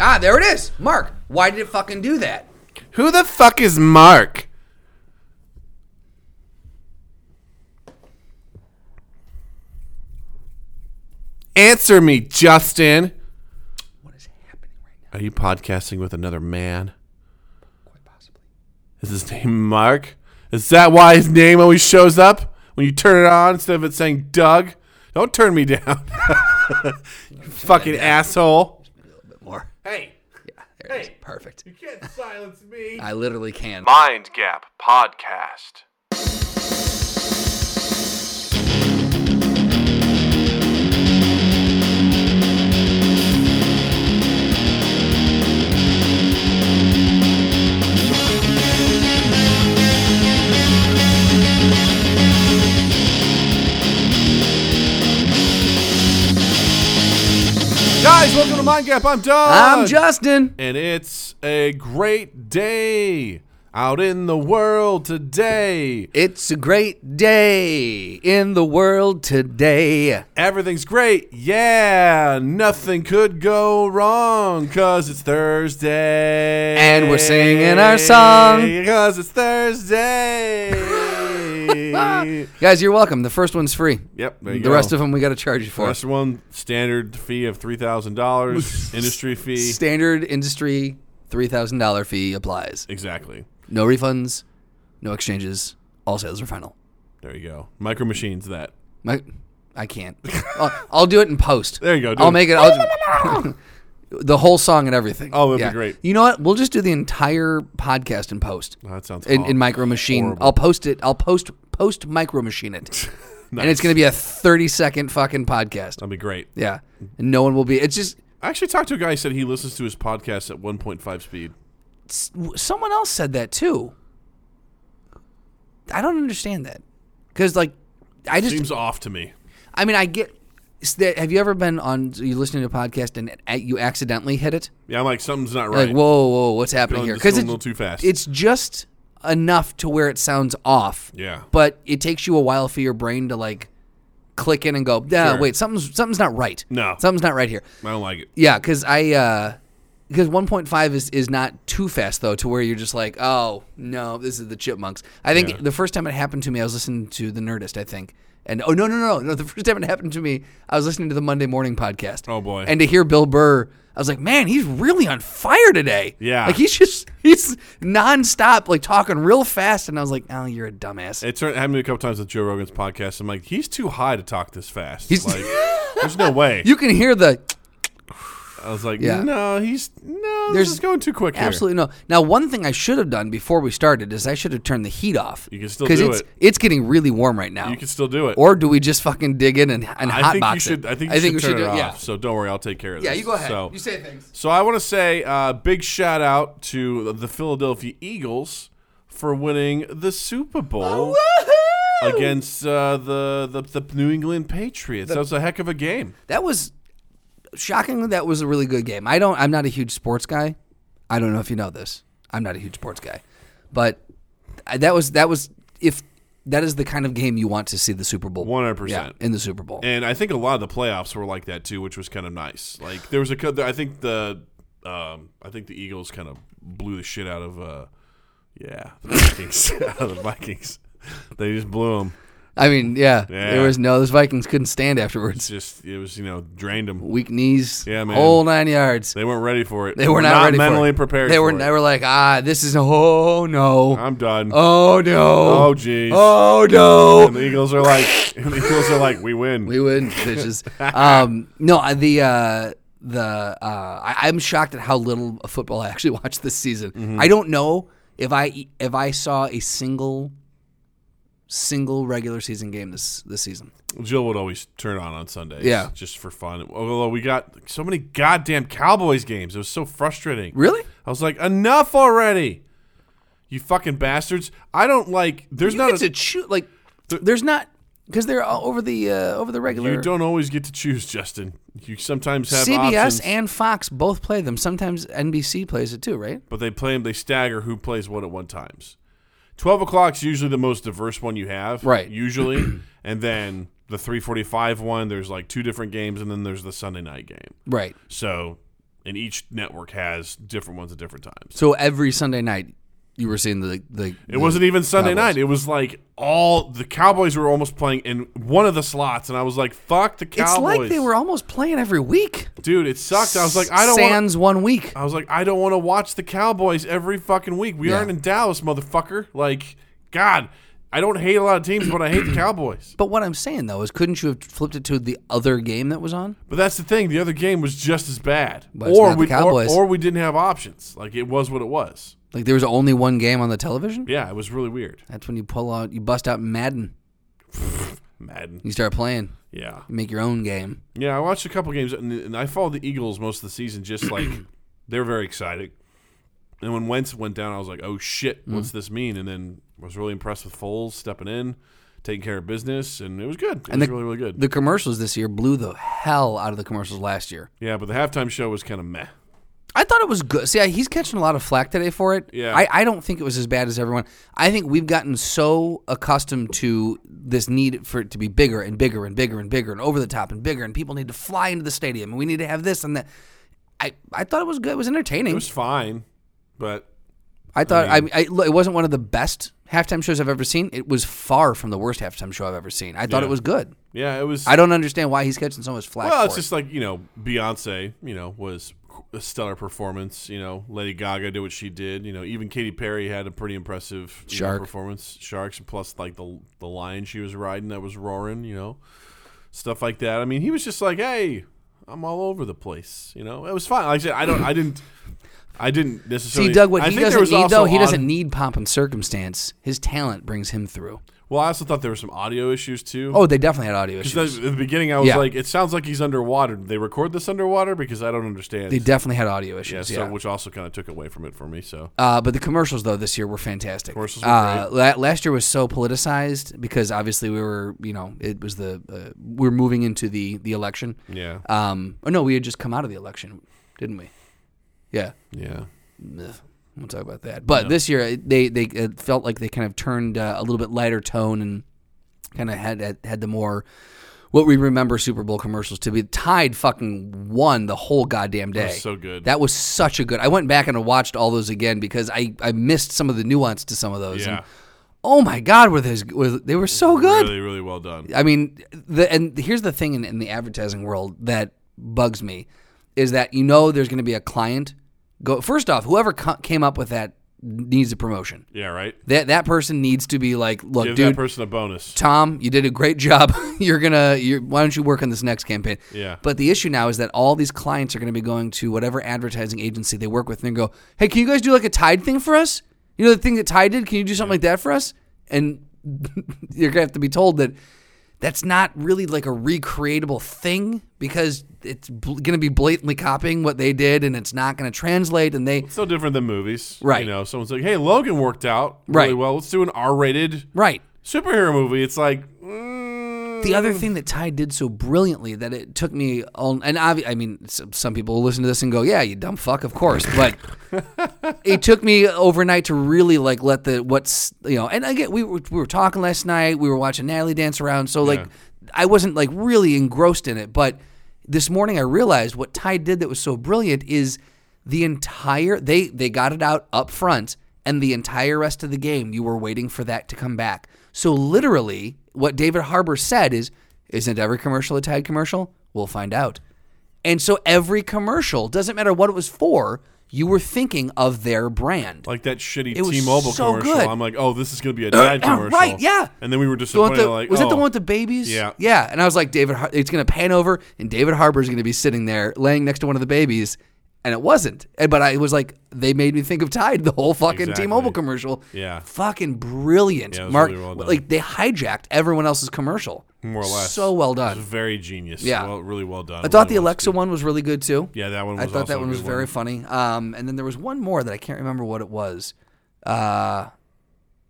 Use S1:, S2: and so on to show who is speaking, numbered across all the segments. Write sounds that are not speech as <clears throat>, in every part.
S1: Ah, there it is. Mark, why did it fucking do that?
S2: Who the fuck is Mark? Answer me, Justin.
S1: What is happening right now?
S2: Are you podcasting with another man?
S1: Quite possibly.
S2: Is his name Mark? Is that why his name always shows up when you turn it on instead of it saying Doug? Don't turn me down. <laughs> you fucking asshole.
S1: Maybe a little bit more.
S2: Hey,
S1: Yeah, there it is. Perfect.
S2: you can't silence me.
S1: I literally can.
S2: Mind Gap Podcast. Guys, welcome to Mind Gap. I'm Doug.
S1: I'm Justin.
S2: And it's a great day out in the world today.
S1: It's a great day in the world today.
S2: Everything's great. Yeah, nothing could go wrong cuz it's Thursday.
S1: And we're singing our song.
S2: cuz
S1: <laughs>
S2: it's Thursday.
S1: Guys, you're welcome. The first one's free.
S2: yep, there
S1: The
S2: you go.
S1: rest of them we got to charge you
S2: the
S1: for.
S2: rest of one standard fee of
S1: <laughs>
S2: $3,000, industry fee.
S1: Standard industry $3,000 fee applies.
S2: Exactly.
S1: No refunds, no exchanges. All sales are final.
S2: There you go. Micro machines that.
S1: My, I
S2: <laughs>
S1: can't. I'll, I'll do it in post.
S2: There you go, do
S1: I'll
S2: it.
S1: make it. I'll, <laughs> the whole song and everything.
S2: Oh, that'd be great.
S1: You know what? We'll just do the entire podcast in post.
S2: That sounds
S1: in,
S2: aw-
S1: in
S2: <laughs>
S1: Micro Machine.
S2: horrible.
S1: I'll post it. I'll post post Micro Machine it, and it's
S2: Nice.
S1: gonna be a thirty second fucking podcast.
S2: That'd be great.
S1: Yeah, and no one will be. It's just
S2: I actually talked to a guy who said he listens to his podcast at 1.5 speed.
S1: s- w- someone else said that too. I don't understand that because like I just
S2: Seems off to me.
S1: I mean I get. is there- Have you ever been on you listening to a podcast and a- you accidentally hit it?
S2: Yeah, I'm like something's not
S1: You're
S2: right.
S1: Like whoa whoa what's happening
S2: Going
S1: here?
S2: just
S1: Because
S2: a
S1: it's
S2: little too fast.
S1: it's just enough to where it sounds off.
S2: yeah,
S1: but it takes you a while for your brain to like click in and go, nah,
S2: Sure.
S1: wait, something's something's not right.
S2: No.
S1: something's not right here.
S2: I don't like it.
S1: Yeah, because I uh, because 1.5 is is not too fast though, to where you're just like, oh no, this is the chipmunks. I think
S2: Yeah.
S1: the first time it happened to me, I was listening to the Nerdist, I think. And oh no no no no! The <laughs> first time it happened to me, I was listening to the Monday Morning podcast.
S2: Oh, boy.
S1: And to hear Bill Burr, I was like, man, he's really on fire today.
S2: Yeah.
S1: like he's just <laughs> he's nonstop, like talking real fast. And I was like, oh, you're a dumbass.
S2: It turned, happened to me a couple times with Joe Rogan's podcast. I'm like, he's too high to talk this fast.
S1: <laughs>
S2: like, there's no way.
S1: You can hear the
S2: I was like,
S1: Yeah.
S2: no, he's no,
S1: There's-
S2: this is going too quick. here.
S1: absolutely no. Now, one thing I should have done before we started is I should have turned the heat off.
S2: You can still do
S1: it's
S2: it.
S1: it's getting really warm right now.
S2: You can still do it.
S1: or do we just fucking dig in and, and
S2: I think
S1: hotbox
S2: you should.
S1: it?
S2: I think you should
S1: we
S2: turn it
S1: do-
S2: off.
S1: Yeah,
S2: So don't worry, I'll take care of
S1: yeah.
S2: this.
S1: You go ahead.
S2: So,
S1: you say things.
S2: So I want to say uh, big shout out to the Philadelphia Eagles for winning the Super
S1: Oh,
S2: Bowl against uh, the, the the New England Patriots. that was a heck of a game.
S1: That was shockingly that was a really good game. I don't. I'm not a huge sports guy. I don't know if you know this. I'm not a huge sports guy, but I, that was that was if that is the kind of game you want to see the Super Bowl.
S2: One hundred
S1: Yeah,
S2: percent.
S1: in the Super Bowl.
S2: And I think a lot of the playoffs were like that too, which was kind of nice. Like there was a, co- I think the, um, I think the Eagles kind of blew the shit out of, uh, yeah, the Vikings, <laughs> out of the Vikings. They just blew them.
S1: I mean, yeah,
S2: Yeah.
S1: There was no. Those Vikings couldn't stand afterwards.
S2: Just it was you know drained them.
S1: weak knees,
S2: Yeah, man.
S1: whole nine yards.
S2: They weren't ready for it.
S1: They were not, ready for
S2: mentally
S1: it.
S2: prepared.
S1: They
S2: for
S1: were.
S2: it.
S1: They were like, ah, this is oh no,
S2: I'm done.
S1: oh
S2: Oh
S1: no,
S2: jeez.
S1: oh no.
S2: And the Eagles are like, <laughs> and the Eagles are like, we win.
S1: We wouldn't,
S2: <laughs>
S1: bitches. um, no, I- the uh, the uh, I, I'm shocked at how little of football I actually <laughs> watched this season.
S2: Mm-hmm.
S1: I don't know if I if I saw a single single regular season game this this season.
S2: Jill would always turn on on Sundays.
S1: Yeah.
S2: just for fun. Although we got so many goddamn Cowboys games, it was so frustrating.
S1: Really?
S2: I was like, enough already. You fucking bastards. I don't like there's
S1: You
S2: not
S1: get
S2: a,
S1: to choose like there's not because they're all over the uh, over the regular.
S2: you don't always get to choose, Justin. You sometimes have
S1: CBS
S2: options,
S1: and Fox both play them. Sometimes NBC plays it too, right?
S2: but they play them they stagger who plays what at one times. Twelve o'clock's usually the most diverse one you have.
S1: Right. <clears throat>
S2: Usually. and then the three forty five one, there's like two different games and then there's the Sunday night game.
S1: Right.
S2: So and each network has different ones at different times.
S1: So every Sunday night, you were seeing the the.
S2: It wasn't even Sunday night. It was like all the Cowboys were almost playing in one of the slots, and I was like, "Fuck the Cowboys!"
S1: It's like they were almost playing every week.
S2: dude. It sucked. I was like, "I don't." want
S1: Sans one week.
S2: I was like, "I don't want to watch the Cowboys every fucking week. We
S1: Yeah.
S2: aren't in Dallas, motherfucker." Like, God, I don't hate a lot of teams, but I hate the Cowboys.
S1: But what I'm saying though is, couldn't you have flipped it to the other game that was on?
S2: But that's the thing. The other game was just as bad,
S1: But it's not the
S2: we or,
S1: Cowboys.
S2: or we didn't have options. Like it was what it was.
S1: Like there was only one game on the television.
S2: Yeah, it was really weird.
S1: That's when you pull out, you bust out Madden,
S2: Madden.
S1: you start playing,
S2: Yeah.
S1: you make your own game.
S2: Yeah, I watched a couple games, and, and I followed the Eagles most of the season. Just like <clears throat> they're very exciting. And when Wentz went down, I was like, "Oh shit,
S1: Mm-hmm.
S2: what's this mean?" And then was really impressed with Foles stepping in, taking care of business, and it was good. It
S1: And
S2: was
S1: the-
S2: really, really good.
S1: The commercials this year blew the hell out of the commercials last year.
S2: yeah, but the halftime show was kind of meh.
S1: I thought it was good. See, I, he's catching a lot of flack today for it.
S2: Yeah.
S1: I, I don't think it was as bad as everyone. I think we've gotten so accustomed to this need for it to be bigger and bigger and bigger and bigger and over the top and bigger and people need to fly into the stadium and we need to have this and that. I, I thought it was good. It was entertaining.
S2: It was fine, but
S1: I thought I, I, look, it wasn't one of the best halftime shows I've ever seen. It was far from the worst halftime show I've ever seen. I thought
S2: Yeah.
S1: it was good.
S2: yeah, it was.
S1: I don't understand why he's catching so much flack.
S2: well,
S1: for
S2: it's
S1: it.
S2: just like you know, Beyonce, you know, was a stellar performance. You know, Lady Gaga did what she did. You know, even Katy Perry had a pretty impressive you know,
S1: Shark.
S2: performance. Sharks plus like the the lion she was riding that was roaring. You know, stuff like that. I mean, he was just like, hey, I'm all over the place. You know, it was fine. Like I said, I don't, I didn't. I didn't necessarily.
S1: See, Doug, what
S2: I
S1: he
S2: think there
S1: doesn't
S2: was
S1: need,
S2: also
S1: though, he
S2: on-
S1: doesn't need pomp and circumstance. His talent brings him through.
S2: Well, I also thought there were some audio issues too.
S1: Oh, they definitely had audio issues.
S2: Because at the beginning, I was
S1: Yeah.
S2: like, "It sounds like he's underwater." Did they record this underwater? Because I don't understand.
S1: They definitely had audio
S2: Yeah,
S1: issues.
S2: so
S1: Yeah.
S2: which also kind of took away from it for me. So
S1: uh, but the commercials though this year were fantastic.
S2: Commercials were
S1: uh, la- last year was so politicized because obviously we were, you know, it was the uh, we are moving into the the election.
S2: yeah,
S1: Um, or no, we had just come out of the election, didn't we? Yeah.
S2: yeah,
S1: Ugh, we'll talk about that. But this year, it- they they it felt like they kind of turned uh, a little bit lighter tone and kind of had had- had the more what we remember Super Bowl commercials to be tied fucking one the whole goddamn day.
S2: so good.
S1: That was such a good. I went back and watched all those again because I I missed some of the nuance to some of those.
S2: yeah,
S1: And, oh my god, were those were, they were so good.
S2: really, really well done.
S1: I mean, the and here's the thing in, in the advertising world that bugs me is that you know there's going to be a client. Go first off, whoever co- came up with that needs a promotion.
S2: Yeah, right.
S1: That that person needs to be like, look,
S2: Give that
S1: dude,
S2: person a bonus.
S1: Tom, you did a great job. <laughs> you're gonna, you're, why don't you work on this next campaign?
S2: Yeah.
S1: But the issue now is that all these clients are going to be going to whatever advertising agency they work with and go, hey, can you guys do like a Tide thing for us? You know the thing that Tide did? Can you do something like that for us? And <laughs> you're gonna have to be told that that's not really like a recreatable thing because it's bl- gonna be blatantly copying what they did and it's not gonna translate. And they
S2: It's no different than movies,
S1: Right.
S2: You know, someone's like, "Hey, Logan worked out really
S1: Right.
S2: well. Let's do an R-rated
S1: right.
S2: superhero movie." It's like, mm,
S1: The other thing that Ty did so brilliantly that it took me all, and obvi- I mean, s- some people will listen to this and go, "Yeah, you dumb fuck," of course, but <laughs> it took me overnight to really like let the what's you know. And again, we were, we were talking last night. We were watching Natalie dance around, so like I wasn't like really engrossed in it. But this morning, I realized what Ty did that was so brilliant is the entire they they got it out up front and the entire rest of the game you were waiting for that to come back so literally what david harbour said is isn't every commercial a tide commercial we'll find out and so every commercial doesn't matter what it was for you were thinking of their brand
S2: like that shitty
S1: It was
S2: T-Mobile
S1: so
S2: commercial.
S1: good. Uh,
S2: I'm like, "Oh, this is going to be a dad commercial,
S1: Right, yeah.
S2: And then we were
S1: The one with
S2: disappointed.
S1: the-
S2: like,
S1: was that the
S2: "Oh."
S1: one with the babies?
S2: Yeah.
S1: yeah. And I was like, David, Har- it's going to pan over, and David Harbour's going to be sitting there, laying next to one of the babies, and it wasn't. And, but I was like, they made me think of Tide the whole fucking
S2: Exactly.
S1: T-Mobile commercial.
S2: Yeah.
S1: fucking brilliant,
S2: Yeah, it was
S1: Mark.
S2: really well done.
S1: like they hijacked everyone else's commercial.
S2: More or less.
S1: so well
S2: It
S1: done.
S2: was very genius.
S1: Yeah.
S2: well, really well done.
S1: I thought the Alexa one was really good too.
S2: Yeah, that one.
S1: I
S2: Was
S1: thought
S2: also
S1: that
S2: a
S1: one was
S2: good
S1: very funny. Um, and then there was one more that I can't remember what it was. Uh,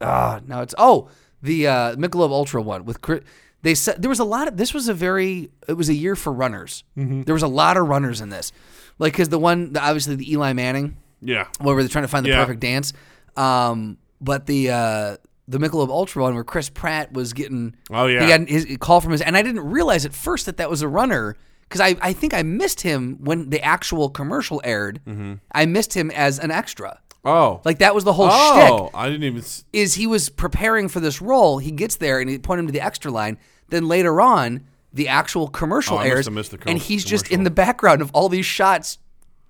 S1: ah, now it's oh the uh, Michelob Ultra one with Chris. They said there was a lot of this was a very it was a year for runners.
S2: Mm-hmm.
S1: There was a lot of runners in this, like because the one the, obviously the Eli Manning
S2: Yeah,
S1: where they're trying to find the
S2: Yeah.
S1: perfect dance. Um, but the uh, the Michelob Ultra one where Chris Pratt was getting
S2: Oh, yeah.
S1: he got his a call from his and I didn't realize at first that that was a runner because I, I think I missed him when the actual commercial aired.
S2: Mm-hmm.
S1: I missed him as an extra.
S2: Oh,
S1: Like that was the whole shtick.
S2: oh, I didn't even. s-
S1: Is he was preparing for this role? He gets there and he point him to the extra line. Then later on, the actual commercial
S2: Oh, I must
S1: airs,
S2: have missed the com-
S1: and he's just in the background of all these shots,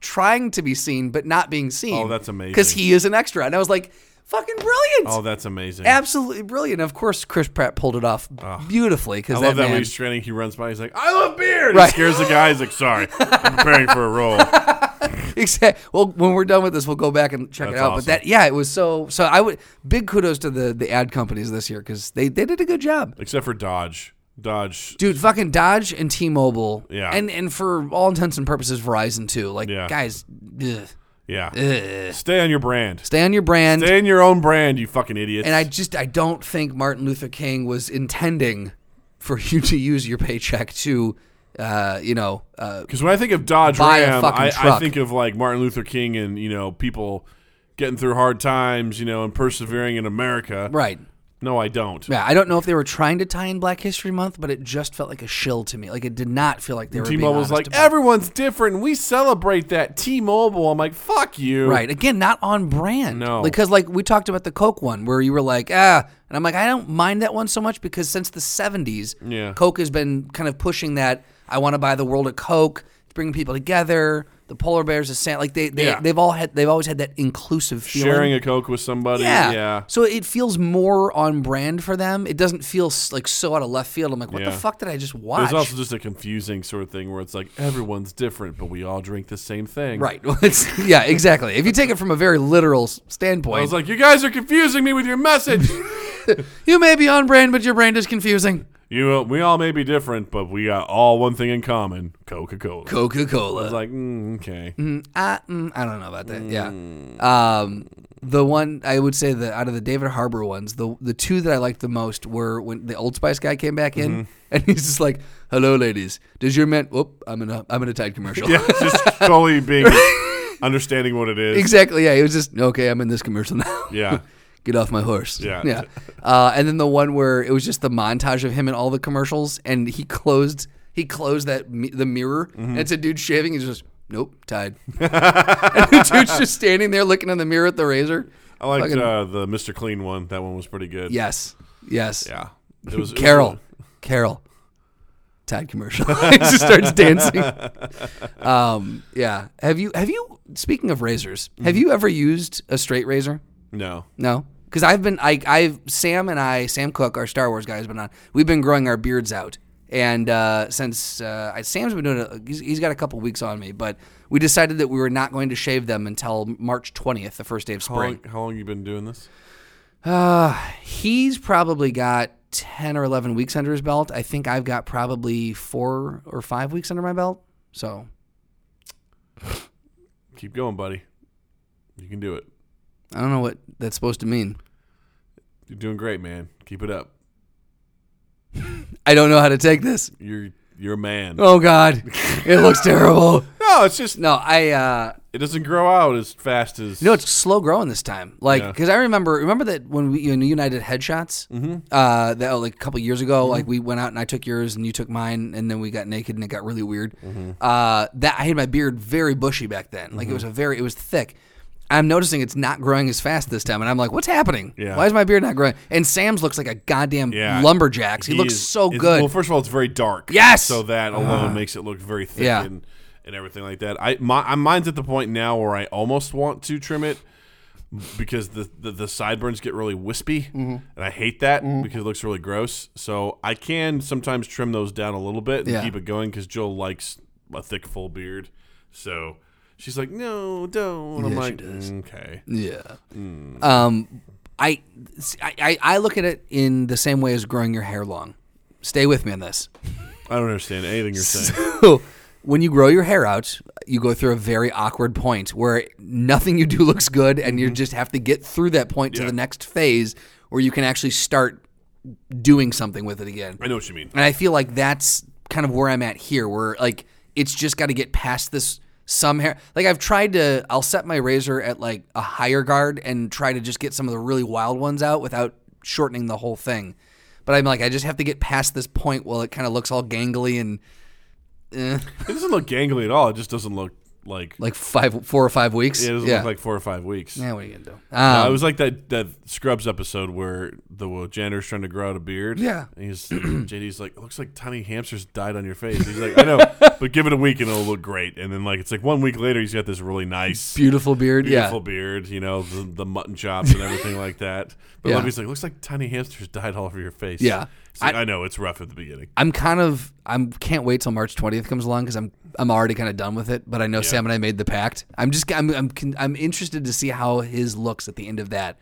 S1: trying to be seen but not being seen.
S2: Oh, that's amazing.
S1: Because he is an extra, and I was like, "Fucking brilliant!"
S2: Oh, that's amazing.
S1: absolutely brilliant. Of course, Chris Pratt pulled it off beautifully because
S2: I love that,
S1: man,
S2: when he's training, he runs by. He's like, "I love beer." And
S1: Right.
S2: He scares the guy. He's like, "Sorry, I'm preparing for
S1: <laughs>
S2: a role."
S1: Exactly. Well, when we're done with this, we'll go back and check it
S2: That's
S1: out. But
S2: awesome.
S1: that, yeah, it was so. So I would big kudos to the the ad companies this year because they they did a good job,
S2: Except for Dodge. Dodge.
S1: dude. Fucking Dodge and T-Mobile,
S2: Yeah.
S1: and and for all intents and purposes, Verizon too. Like
S2: Yeah.
S1: guys, ugh.
S2: Yeah. Stay on your brand.
S1: stay on your brand.
S2: Stay on your own brand, you fucking idiots.
S1: and I just I don't think Martin Luther King was intending for <laughs> you to use your paycheck to, uh, you know, uh,
S2: Because when I think of Dodge
S1: Buy a
S2: Ram,
S1: fucking
S2: I, I
S1: truck.
S2: think of like Martin Luther King and you know people getting through hard times, you know, and persevering in America.
S1: right.
S2: No, I don't.
S1: Yeah, I don't know if they were trying to tie in Black History Month, but it just felt like a shill to me. Like it did not feel like they were. being honest
S2: T-Mobile's like
S1: about it.
S2: everyone's different. and We celebrate that T-Mobile. I'm like, fuck you.
S1: Right. Again, not on brand.
S2: No.
S1: Because like we talked about the Coke one where you were like, ah, and I'm like, I don't mind that one so much because since the 70s,
S2: Yeah.
S1: Coke has been kind of pushing that I want to buy the world a Coke, it's bringing people together, the polar bears, the sand, like they, they
S2: Yeah.
S1: they've all had they've always had that inclusive feeling.
S2: Sharing a coke with somebody.
S1: yeah.
S2: yeah.
S1: So it feels more on brand for them. It doesn't feel s- like so out of left field. I'm like, what
S2: Yeah.
S1: the fuck did I just watch?
S2: There's also just a confusing sort of thing where it's like everyone's different, but we all drink the same thing.
S1: right. <laughs> Well, it's, yeah, exactly. If you take it from a very literal s-
S2: I
S1: standpoint,
S2: was like, you guys are confusing me with your message. <laughs>
S1: You may be on brand, but your brand is confusing.
S2: you, uh, we all may be different, but we got all one thing in common: Coca-Cola.
S1: Coca
S2: I was
S1: Cola.
S2: like, mm, okay.
S1: I, mm, I don't know about that.
S2: Mm.
S1: Yeah. Um, the one I would say that out of the David Harbor ones, the the two that I liked the most were when the Old Spice guy came back in
S2: Mm-hmm.
S1: and he's just like, "Hello, ladies. Does your man? Whoop! I'm in a I'm in a Tide commercial.
S2: <laughs> <laughs> Yeah, just
S1: <laughs>
S2: totally being understanding what it is.
S1: exactly. Yeah. He was just okay. I'm in this commercial now.
S2: Yeah.
S1: Get off my horse.
S2: Yeah.
S1: <laughs> Yeah. Uh, and then the one where it was just the montage of him in all the commercials, and he closed he closed that mi- the mirror,
S2: Mm-hmm.
S1: and it's a dude shaving. He's just nope, tied. <laughs> and the dude's just standing there looking in the mirror at the razor.
S2: I liked
S1: Fucking-
S2: uh, the Mr. Clean one. That one was pretty good.
S1: Yes. Yes.
S2: Yeah. It was it was-
S1: Carol. Carol. Tide commercial. <laughs> he just starts
S2: <laughs>
S1: dancing. Um, yeah. Have you have you speaking of razors, have
S2: Mm-hmm.
S1: you ever used a straight razor?
S2: no.
S1: No, because I've been I I've Sam and I Sam Cook our Star Wars guy has been on. We've been growing our beards out, and uh, since uh, I, Sam's been doing it, he's, he's got a couple weeks on me. But we decided that we were not going to shave them until March twentieth, the first day of
S2: How long,
S1: spring. Uh,
S2: how long you been doing this?
S1: He's probably got ten or eleven weeks under his belt. I think I've got probably four or five weeks under my belt. So
S2: Keep going, buddy. You can do it.
S1: I don't know what that's supposed to mean.
S2: You're doing great, man. Keep it up.
S1: I don't know how to take this.
S2: You're you're a man.
S1: Oh God, it looks terrible.
S2: No, it's just
S1: No, I. uh
S2: it doesn't grow out as fast as
S1: You know, it's slow growing this time. Like,
S2: Yeah.
S1: because I remember, remember that when we you know, United headshots, mm-hmm. uh, that like a couple years ago,
S2: Mm-hmm.
S1: like we went out and I took yours and you took mine, and then we got naked and it got really weird.
S2: Mm-hmm.
S1: Uh, that I had my beard very bushy back then. Like it was a very, it was thick. I'm noticing it's not growing as fast this time, and I'm like, "What's happening?
S2: Yeah.
S1: Why is my beard not growing?" And Sam's looks like a goddamn
S2: Yeah.
S1: lumberjack. He, looks
S2: is-
S1: so
S2: it's-
S1: good.
S2: Well, first of all, it's very dark.
S1: Yes! Ah.
S2: So that alone makes it look very thick
S1: Yeah.
S2: and, and everything like that. I my I- mine's at the point now where I almost want to trim it because the the, the sideburns get really wispy,
S1: Mm-hmm.
S2: and I hate that because it looks really gross. So I can sometimes trim those down a little bit and
S1: Yeah.
S2: keep it going because Jill likes a thick full beard. So. She's like, no, don't. I'm
S1: Yeah, she
S2: like,
S1: does.
S2: okay.
S1: Yeah.
S2: Mm.
S1: Um, I, I- I I look at it in the same way as growing your hair long. Stay with me on this.
S2: I don't understand anything you're saying.
S1: <laughs> So when you grow your hair out, you go through a very awkward point where nothing you do <laughs> looks good, and you just have to get through that point to
S2: Yeah.
S1: the next phase where you can actually start doing something with it again.
S2: I know what you mean.
S1: And I feel like that's kind of where I'm at here, where like it's just got to get past this some hair. Like I've tried to, I'll set my razor at like a higher guard and try to just get some of the really wild ones out without shortening the whole thing. But I'm like, I just have to get past this point while it kind of looks all gangly and eh,
S2: It doesn't look gangly at all. It just doesn't look like
S1: like five, four or five weeks.
S2: it doesn't
S1: yeah.
S2: look like four or five weeks.
S1: yeah, what are you gonna do?
S2: Uh,
S1: Um,
S2: it was like that, that Scrubs episode where the janitor's trying to grow out a beard.
S1: Yeah.
S2: And he's, <clears throat> JD's like, it looks like tiny hamsters died on your face. He's like,
S1: <laughs>
S2: I know, but give it a week and it'll look great. And then, like, it's like one week later, he's got this really nice,
S1: beautiful beard.
S2: beautiful beard, you know, the, the mutton chops and everything like that. But
S1: Yeah.
S2: Levy's like, looks like tiny hamsters died all over your face.
S1: Yeah.
S2: He's like, I, know, it's rough at the beginning.
S1: I'm kind of I'm can't wait till March 20th comes along because I'm I'm already kind of done with it. But I know Sam and I made the pact. I'm just I'm I'm, con- I'm interested to see how his looks at the end of that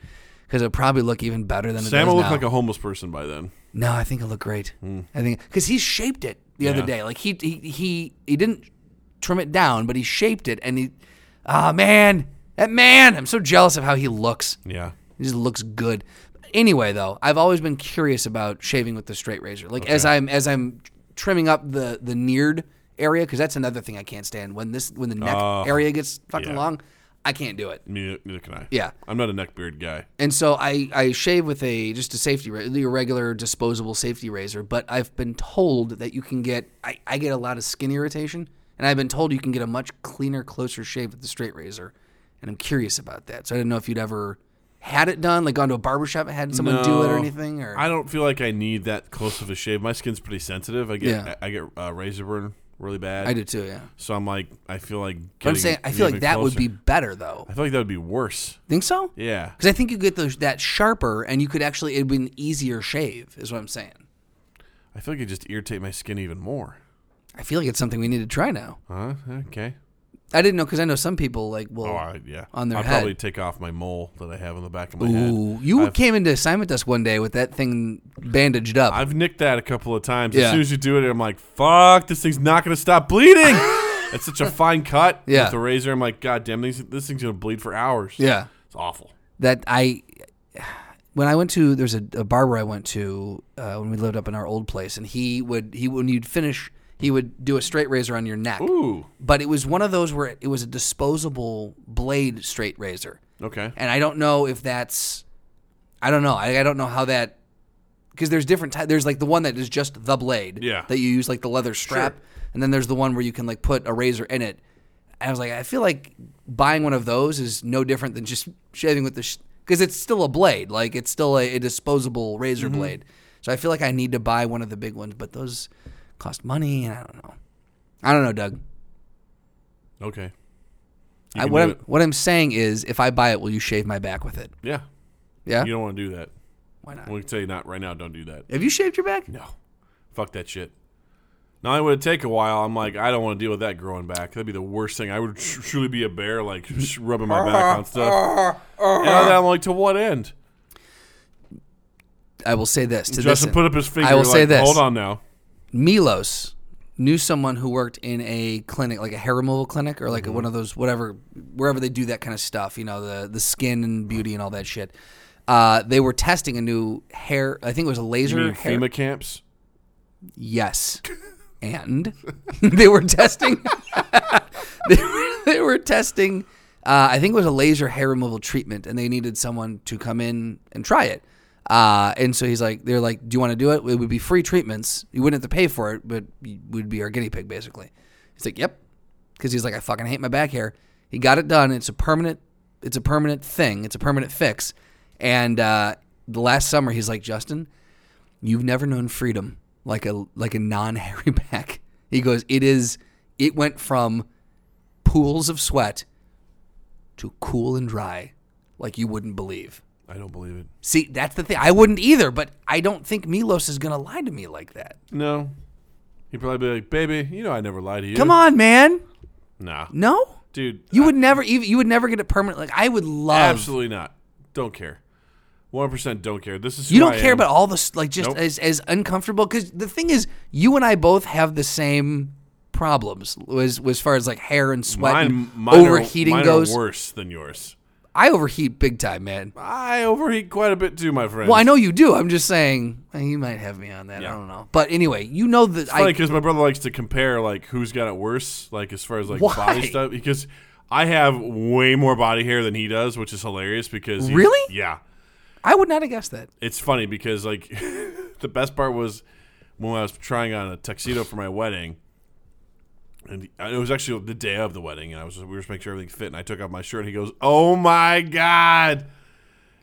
S1: because it'll probably look even better than it does
S2: Sam will look
S1: now.
S2: like a homeless person by then.
S1: no, I think it'll look great. I think because he shaped it the other
S2: Yeah.
S1: day. Like he, he he he didn't trim it down, but he shaped it and he. Ah man, that man! I'm so jealous of how he looks.
S2: Yeah.
S1: It just looks good. Anyway, though, I've always been curious about shaving with the straight razor. Like as I'm as I'm trimming up the the neared area, because that's another thing I can't stand when this when the neck
S2: Oh,
S1: area gets fucking
S2: yeah.
S1: long. I can't do it,
S2: Neither, neither can I.
S1: Yeah.
S2: I'm not a neck beard guy.
S1: and so I I shave with a just a safety ra- the regular disposable safety razor. But I've been told that you can get I, I get a lot of skin irritation, and I've been told you can get a much cleaner, closer shave with the straight razor, and I'm curious about that. So I didn't know if you'd ever. Had it done, like gone to a barbershop and had someone do it or
S2: No.
S1: anything, or
S2: I don't feel like I need that close of a shave. My skin's pretty sensitive. I get
S1: Yeah.
S2: I get uh, razor burn really bad.
S1: I do too, yeah.
S2: So I'm like, I feel like.
S1: But I'm
S2: getting
S1: saying I feel like
S2: even
S1: that would
S2: closer.
S1: be better though.
S2: I feel like that would be worse.
S1: Think so?
S2: Yeah.
S1: Because I think you get those that sharper, and you could actually it'd be an easier shave, is what I'm saying.
S2: I feel like it just irritate my skin even more.
S1: I feel like it's something we need to try now.
S2: Huh? Okay.
S1: I didn't know because I know some people like will.
S2: Oh, I, yeah.
S1: On their
S2: I'll
S1: head.
S2: probably take off my mole that I have on the back of my head.
S1: Ooh, you came into assignment desk one day with that thing bandaged up.
S2: I've nicked that a couple of times.
S1: Yeah.
S2: As soon as you do it, I'm like, fuck, this thing's not going to stop bleeding.
S1: <laughs>
S2: It's such a fine cut
S1: Yeah.
S2: with the razor. I'm like, god damn, these, this thing's going to bleed for hours.
S1: yeah,
S2: It's awful.
S1: that I when I went to there's a, a barber I went to uh, when we lived up in our old place, and he would he when you'd finish he would do a straight razor on your neck.
S2: Ooh.
S1: but it was one of those where it was a disposable blade straight razor.
S2: Okay.
S1: And I don't know if that's, I don't know. I, I don't know how that, because there's different types. There's like the one that is just the blade
S2: Yeah.
S1: that you use like the leather strap. And then there's the one where you can like put a razor in it. And I was like, I feel like buying one of those is no different than just shaving with the, because it's still a blade. Like it's still a, a disposable razor
S2: Mm-hmm.
S1: blade. So I feel like I need to buy one of the big ones, but those cost money. And I don't know. I don't know, Doug.
S2: Okay. You
S1: I,
S2: can
S1: what,
S2: do
S1: I'm,
S2: it.
S1: what I'm saying is, if I buy it, will you shave my back with it?
S2: Yeah.
S1: Yeah.
S2: You don't want to do that.
S1: Why not?
S2: We can tell you not right now. Don't do that.
S1: Have you shaved your back?
S2: No. Fuck that shit. Not only would it take a while, I'm like, I don't want to deal with that growing back. That'd be the worst thing. I would tr- truly be a bear, like <laughs> just rubbing my back on stuff.
S1: <laughs>
S2: and I'm like, to what end?
S1: I will say this to
S2: Justin
S1: this
S2: put up his finger.
S1: I will say
S2: like,
S1: this.
S2: Hold on now.
S1: Milos knew someone who worked in a clinic, like a hair removal clinic, or like one of those whatever, wherever they do that kind of stuff. You know, the the skin and beauty and all that shit. Uh, they were testing a new hair. I think it was a laser
S2: You mean
S1: hair.
S2: FEMA camps?
S1: Yes. And <laughs> they were testing. <laughs> they, were, they were testing. Uh, I think it was a laser hair removal treatment, and they needed someone to come in and try it. Uh, and so he's like, they're like, "Do you want to do it? It would be free treatments. You wouldn't have to pay for it, but you would be our guinea pig, basically." He's like, "Yep," because he's like, "I fucking hate my back hair." He got it done. It's a permanent. It's a permanent thing. It's a permanent fix. And uh, the last summer, he's like, "Justin, you've never known freedom like a like a non-hairy <laughs> back. He goes, it is. It went from pools of sweat to cool and dry, like you wouldn't believe.
S2: I don't believe it.
S1: See, that's the thing. I wouldn't either, but I don't think Milos is gonna lie to me like that.
S2: No. He'd probably be like, baby, you know I never lied to you.
S1: Come on, man.
S2: Nah.
S1: No,
S2: Dude,
S1: you would never even you would never get it permanent. Like I would love.
S2: absolutely not. Don't care. 1% don't care. This is who
S1: You don't
S2: I
S1: care
S2: am.
S1: about all the s- like just
S2: Nope.
S1: as as uncomfortable because the thing is, you and I both have the same problems as, as far as like hair and sweat
S2: mine,
S1: and
S2: mine are-
S1: overheating
S2: mine are
S1: goes.
S2: worse than yours.
S1: I overheat big time, man.
S2: I overheat quite a bit too, my friend.
S1: Well, I know you do. I'm just saying eh, you might have me on that. I
S2: Yeah.
S1: don't know. But anyway, you know that I
S2: funny because my brother likes to compare like who's got it worse, like as far as like
S1: Why?
S2: body stuff. Because I have way more body hair than he does, which is hilarious. Because he's-
S1: Really?
S2: yeah,
S1: I would not have guessed that.
S2: it's funny because like <laughs> the best part was when I was trying on a tuxedo for my wedding. And it was actually the day of the wedding, and I was just, we were just making sure everything fit. And I took off my shirt, and he goes, "Oh my god!"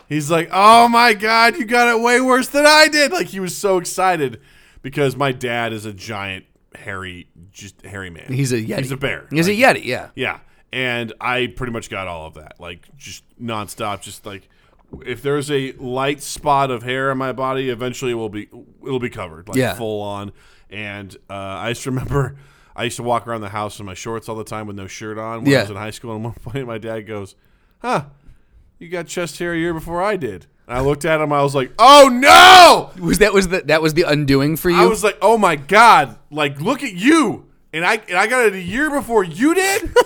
S2: He's like, "Oh my god, you got it way worse than I did!" Like he was so excited because my dad is a giant, hairy, just hairy man.
S1: He's a Yeti.
S2: He's a bear.
S1: Is it Yeti? Yeah.
S2: Yeah, and I pretty much got all of that, like just nonstop. Just like if there's a light spot of hair on my body, eventually it will be it'll be covered, like
S1: Yeah.
S2: full on. And uh, I just <laughs> remember I used to walk around the house in my shorts all the time with no shirt on when I
S1: Yeah.
S2: was in high school. And at one <laughs> point, my dad goes, "Huh, you got chest hair a year before I did." And I looked at him. I was like, "Oh no!"
S1: Was that was the that was the undoing for you?
S2: I was like, "Oh my god! Like, look at you!" And I and I got it a year before you did.
S1: <laughs>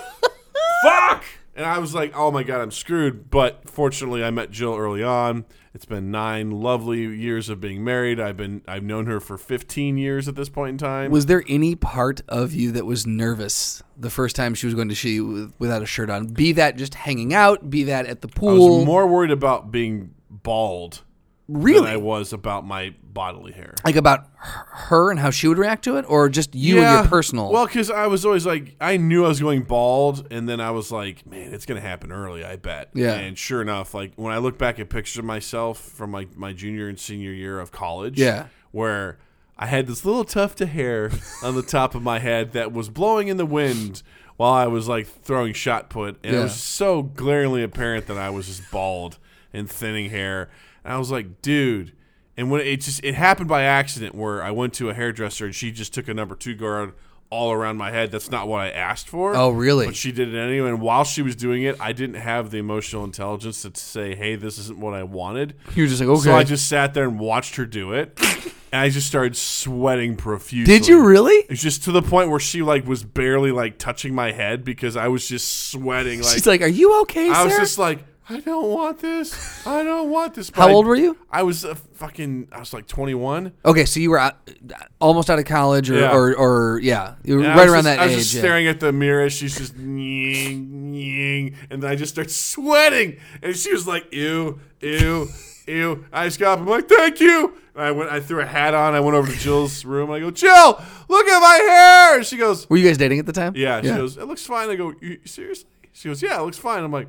S2: Fuck! And I was like, "Oh my god, I'm screwed." But fortunately, I met Jill early on. It's been nine lovely years of being married. I've been I've known her for 15 years at this point in time.
S1: Was there any part of you that was nervous the first time she was going to see you without a shirt on? Be that just hanging out, be that at the
S2: I was
S1: pool.
S2: more worried about being bald than I
S1: really?
S2: was about my bodily hair.
S1: Like about her- her and how she would react to it, or just you and your personal?
S2: Well, because I was always like, I knew I was going bald, and then I was like, man, it's gonna happen early, I bet.
S1: Yeah.
S2: And sure enough, like when I look back at pictures of myself from like my junior and senior year of college,
S1: Yeah.
S2: where I had this little tuft of hair on the top of my head that was blowing in the wind while I was like throwing shot put, and it
S1: Yeah.
S2: was so glaringly apparent that I was just bald and thinning hair, and I was like, dude. And when it just it happened by accident where I went to a hairdresser and she just took a number two guard all around my head. That's not what I asked for.
S1: Oh, really?
S2: But she did it anyway. And while she was doing it, I didn't have the emotional intelligence to say, "Hey, this isn't what I wanted."
S1: you were just like, okay.
S2: So I just sat there and watched her do it, and I just started sweating profusely.
S1: Did you really?
S2: It's just to the point where she like was barely like touching my head because I was just sweating. Like,
S1: She's like, are you okay,
S2: I was
S1: sir?
S2: just like, I don't want this. I don't want this. But
S1: how
S2: I-
S1: old were you?
S2: I was a fucking. I was like 21.
S1: Okay, so you were out, almost out of college, or
S2: Yeah.
S1: yeah, or, or, yeah you were
S2: And I
S1: right
S2: was
S1: around
S2: just-
S1: that
S2: I was
S1: age.
S2: just
S1: yeah.
S2: staring at the mirror. She's just nying, nying, and then I just start sweating, and she was like, "Ew, ew, ew." I just got up. I'm like, "Thank you." And I went. I threw a hat on. I went over to Jill's room. I go, "Jill, look at my hair." She goes,
S1: Were you guys dating at the time?
S2: "Yeah." She goes, "It looks fine." I go, you, "Seriously?" She goes, "Yeah, it looks fine." I'm like,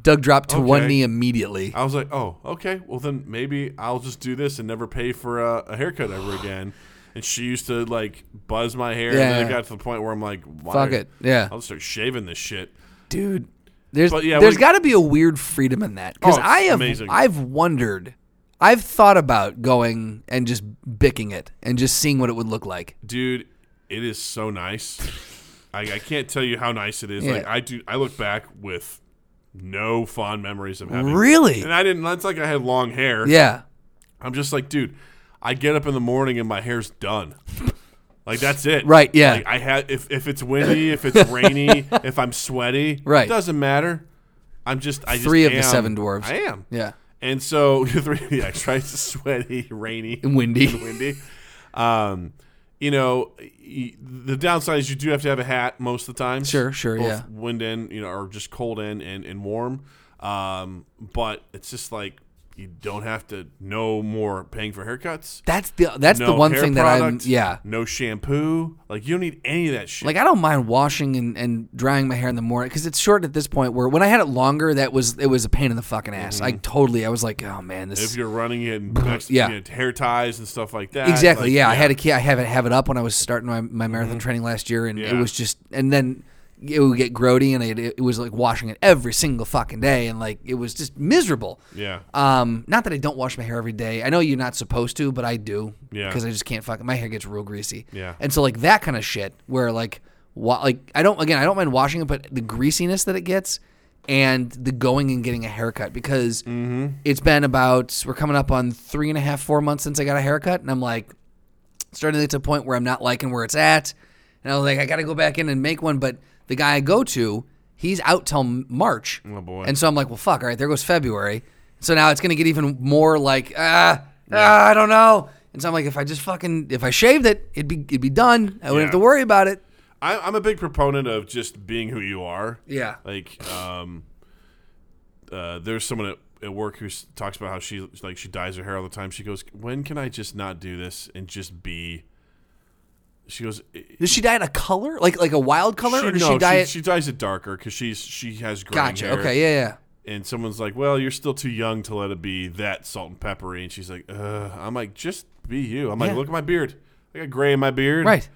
S1: Doug dropped to one
S2: Okay.
S1: knee immediately.
S2: I was like, oh, okay. Well, then maybe I'll just do this and never pay for a, a
S1: <sighs>
S2: haircut ever again. And she used to like buzz my hair, and then it
S1: Yeah.
S2: got to the point where I'm like, Why
S1: Fuck it, yeah.
S2: I'll just start shaving this shit.
S1: dude. There's
S2: But, yeah,
S1: there's
S2: we-
S1: got to be a weird freedom in that because
S2: Oh, it's
S1: I have
S2: amazing.
S1: I've wondered, I've thought about going and just bicking it and just seeing what it would look like.
S2: dude it is so nice I, I can't tell you how nice it is
S1: Yeah.
S2: like i do i look back with no fond memories of having
S1: Really?
S2: and i didn't that's like i had long hair
S1: Yeah.
S2: i'm just like dude i get up in the morning and my hair's done like that's it
S1: Right, yeah.
S2: like, i had if, if it's windy if it's
S1: <laughs>
S2: rainy if i'm sweaty
S1: Right.
S2: it doesn't matter i'm just i just
S1: Three of the
S2: am.
S1: seven dwarves.
S2: i am
S1: Yeah.
S2: and so <laughs> three yeah it's right it's sweaty rainy
S1: And
S2: <laughs>
S1: windy.
S2: windy. Um, you know, y- the downside is you do have to have a hat most of the time.
S1: Sure, sure,
S2: both
S1: yeah.
S2: Wind in, you know, or just cold in and, and warm. Um, but it's just like you don't have to no more paying for haircuts.
S1: That's the that's
S2: No
S1: the one
S2: hair
S1: thing that
S2: product,
S1: I'm yeah.
S2: No shampoo. Like you don't need any of that shit.
S1: Like I don't mind washing and, and drying my hair in the morning because it's short at this point. Where when I had it longer, that was it was a pain in the fucking ass. I totally I was like, oh man, this
S2: Mm-hmm. if you're running in
S1: <laughs>
S2: next,
S1: Yeah.
S2: you know, hair ties and stuff like that.
S1: Exactly.
S2: Like, Mm-hmm.
S1: yeah, I had a key. I have it have it up when I was starting my, my marathon training last year, and it
S2: Yeah.
S1: was just and then it would get grody, and it, it was like washing it every single fucking day, and like it was just miserable.
S2: Yeah.
S1: Um, not that I don't wash my hair every day. I know you're not supposed to, but I do.
S2: Yeah.
S1: Because I just can't fuck. My hair gets real greasy.
S2: Yeah.
S1: And so like that kind of shit, where like, wa- like I don't again I don't mind washing it, but the greasiness that it gets, and the going and getting a haircut because
S2: Mm-hmm.
S1: it's been about we're coming up on three and a half four months since I got a haircut, and I'm like starting to get to a point where I'm not liking where it's at, and I was like I got to go back in and make one, but the guy I go to, he's out till March.
S2: Oh, boy.
S1: And so I'm like, well, fuck. All right, there goes February. So now it's gonna get even more like, ah, ah, I don't know. And so I'm like, if I just fucking, if I shaved it, it'd be, it'd be done. I wouldn't
S2: Yeah.
S1: have to worry about it.
S2: I, I'm a big proponent of just being who you are.
S1: Yeah.
S2: Like, um, uh, there's someone at, at work who s- talks about how she like she dyes her hair all the time. She goes, "When can I just not do this and just be She goes. "I-
S1: Does she dye it a color, like like a wild color, or does she dye
S2: she,
S1: it?
S2: she dyes it darker because she's she has green
S1: gotcha.
S2: hair.
S1: Okay. Yeah. Yeah.
S2: And someone's like, "Well, you're still too young to let it be that salt and peppery." And she's like, Ugh. "I'm like, just be you." I'm like,
S1: Yeah.
S2: "Look at my beard. I got gray in my beard.
S1: Right.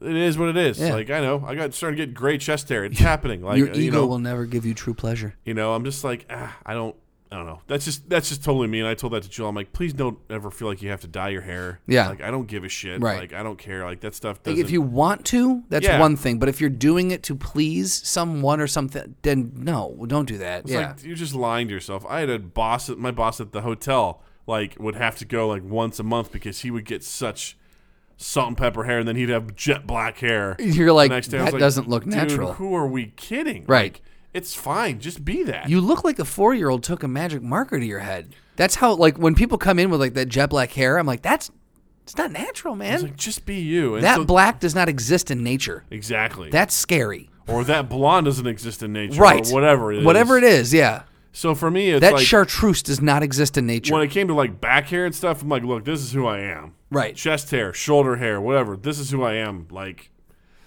S2: It is what it is.
S1: Yeah.
S2: Like I know, I got starting to get gray chest
S1: <laughs>
S2: hair. It's happening. Like
S1: Your
S2: uh,
S1: ego
S2: you know,
S1: will never give you true pleasure.
S2: you know. I'm just like, ah, I don't, I don't know. That's just that's just totally me. And I told that to Jill. I'm like, please don't ever feel like you have to dye your hair.
S1: Yeah.
S2: Like I don't give a shit.
S1: Right.
S2: Like I don't care. Like that stuff
S1: Like
S2: doesn't.
S1: if you want to, that's
S2: Yeah.
S1: one thing. But if you're doing it to please someone or something, then no, don't do that.
S2: It's
S1: yeah.
S2: like you're just lying to yourself. I had a boss at my boss at the hotel like would have to go like once a month because he would get such salt and pepper hair and then he'd have jet black hair.
S1: <laughs> You're like,
S2: The next day I
S1: that
S2: was like,
S1: doesn't look
S2: "Dude,
S1: natural.
S2: Who are we kidding?
S1: Right.
S2: Like, it's fine. Just be that.
S1: You look like a four year old took a magic marker to your head. That's how like when people come in with like that jet black hair, I'm like, that's it's not natural, man.
S2: it's like just be you. And
S1: that
S2: so-
S1: black does not exist in nature.
S2: exactly.
S1: That's scary.
S2: or that blonde doesn't exist in nature.
S1: Right.
S2: Or whatever it is.
S1: Whatever it is, yeah.
S2: So for me, it's
S1: That
S2: like
S1: chartreuse does not exist in nature.
S2: when it came to like back hair and stuff, I'm like, look, this is who I am.
S1: Right.
S2: Chest hair, shoulder hair, whatever. This is who I am. Like,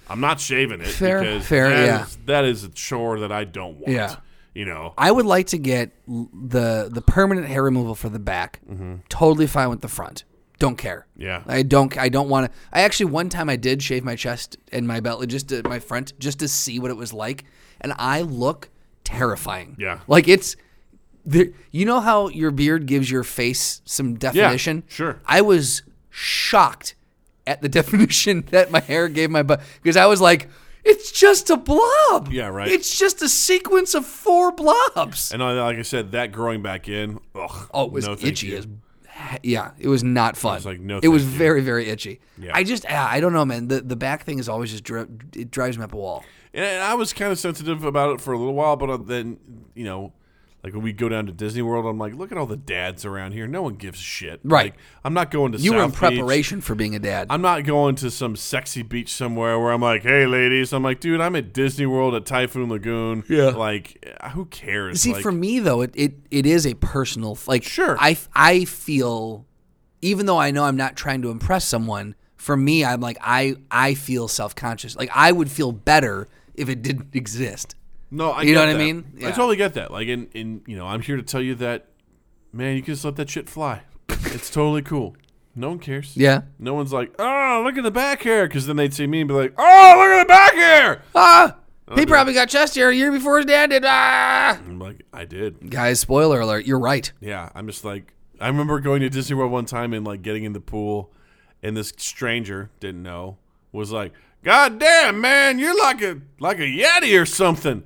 S2: I'm not shaving it.
S1: Fair,
S2: because
S1: fair,
S2: that
S1: yeah.
S2: is- that is a chore that I don't want.
S1: Yeah.
S2: You know.
S1: I would like to get l- the the permanent hair removal for the back. Totally fine with the front. Don't care.
S2: Mm-hmm. Yeah.
S1: I don't. I don't want to. I actually one time I did shave my chest and my belly just to, my front just to see what it was like, and I look terrifying.
S2: Yeah.
S1: Like it's. There, you know how your beard gives your face some definition?
S2: sure.
S1: I was shocked at the <laughs> definition that my hair gave my butt because I was like, it's just a blob.
S2: Yeah, right.
S1: It's just a sequence of four blobs.
S2: And I- like I said, that growing back in, ugh,
S1: Oh, it was
S2: no thank
S1: itchy.
S2: you.
S1: As, yeah, it was not fun. It was
S2: like, no
S1: It was
S2: thank you.
S1: very, very itchy.
S2: Yeah.
S1: I just, ah, I don't know, man. The the back thing is always just dri- it drives me up a wall.
S2: And I was kind of sensitive about it for a little while, but uh, then you know, like when we go down to Disney World, I'm like, look at all the dads around here. No one gives a shit.
S1: Right.
S2: Like, I'm not going to.
S1: You were in
S2: South Beach.
S1: preparation for being a dad.
S2: I'm not going to some sexy beach somewhere where I'm like, hey, ladies. I'm like, dude, I'm at Disney World at Typhoon Lagoon.
S1: Yeah.
S2: Like, uh, who cares?
S1: See,
S2: like,
S1: for me though, it, it it is a personal f- like.
S2: Sure.
S1: I f- I feel, even though I know I'm not trying to impress someone, for me, I'm like I I feel self conscious. Like I would feel better if it didn't <laughs> exist.
S2: no, I
S1: You know
S2: get
S1: what I
S2: that.
S1: mean? Yeah.
S2: I totally get that. Like, and, and, you know, I'm here to tell you that, man, you can just let that shit fly. it's totally cool. No one cares.
S1: Yeah.
S2: No one's like, oh, look at the back hair. Because then they'd see me and be like, oh, look at the back hair.
S1: Ah, he probably got chest hair a year before his dad did. Ah.
S2: I'm like, I did.
S1: Guys, spoiler alert. You're right.
S2: Yeah, I'm just like I remember going to Disney World one time and like getting in the pool, and this stranger didn't know was like, "God damn, man, you're like a like a yeti or something."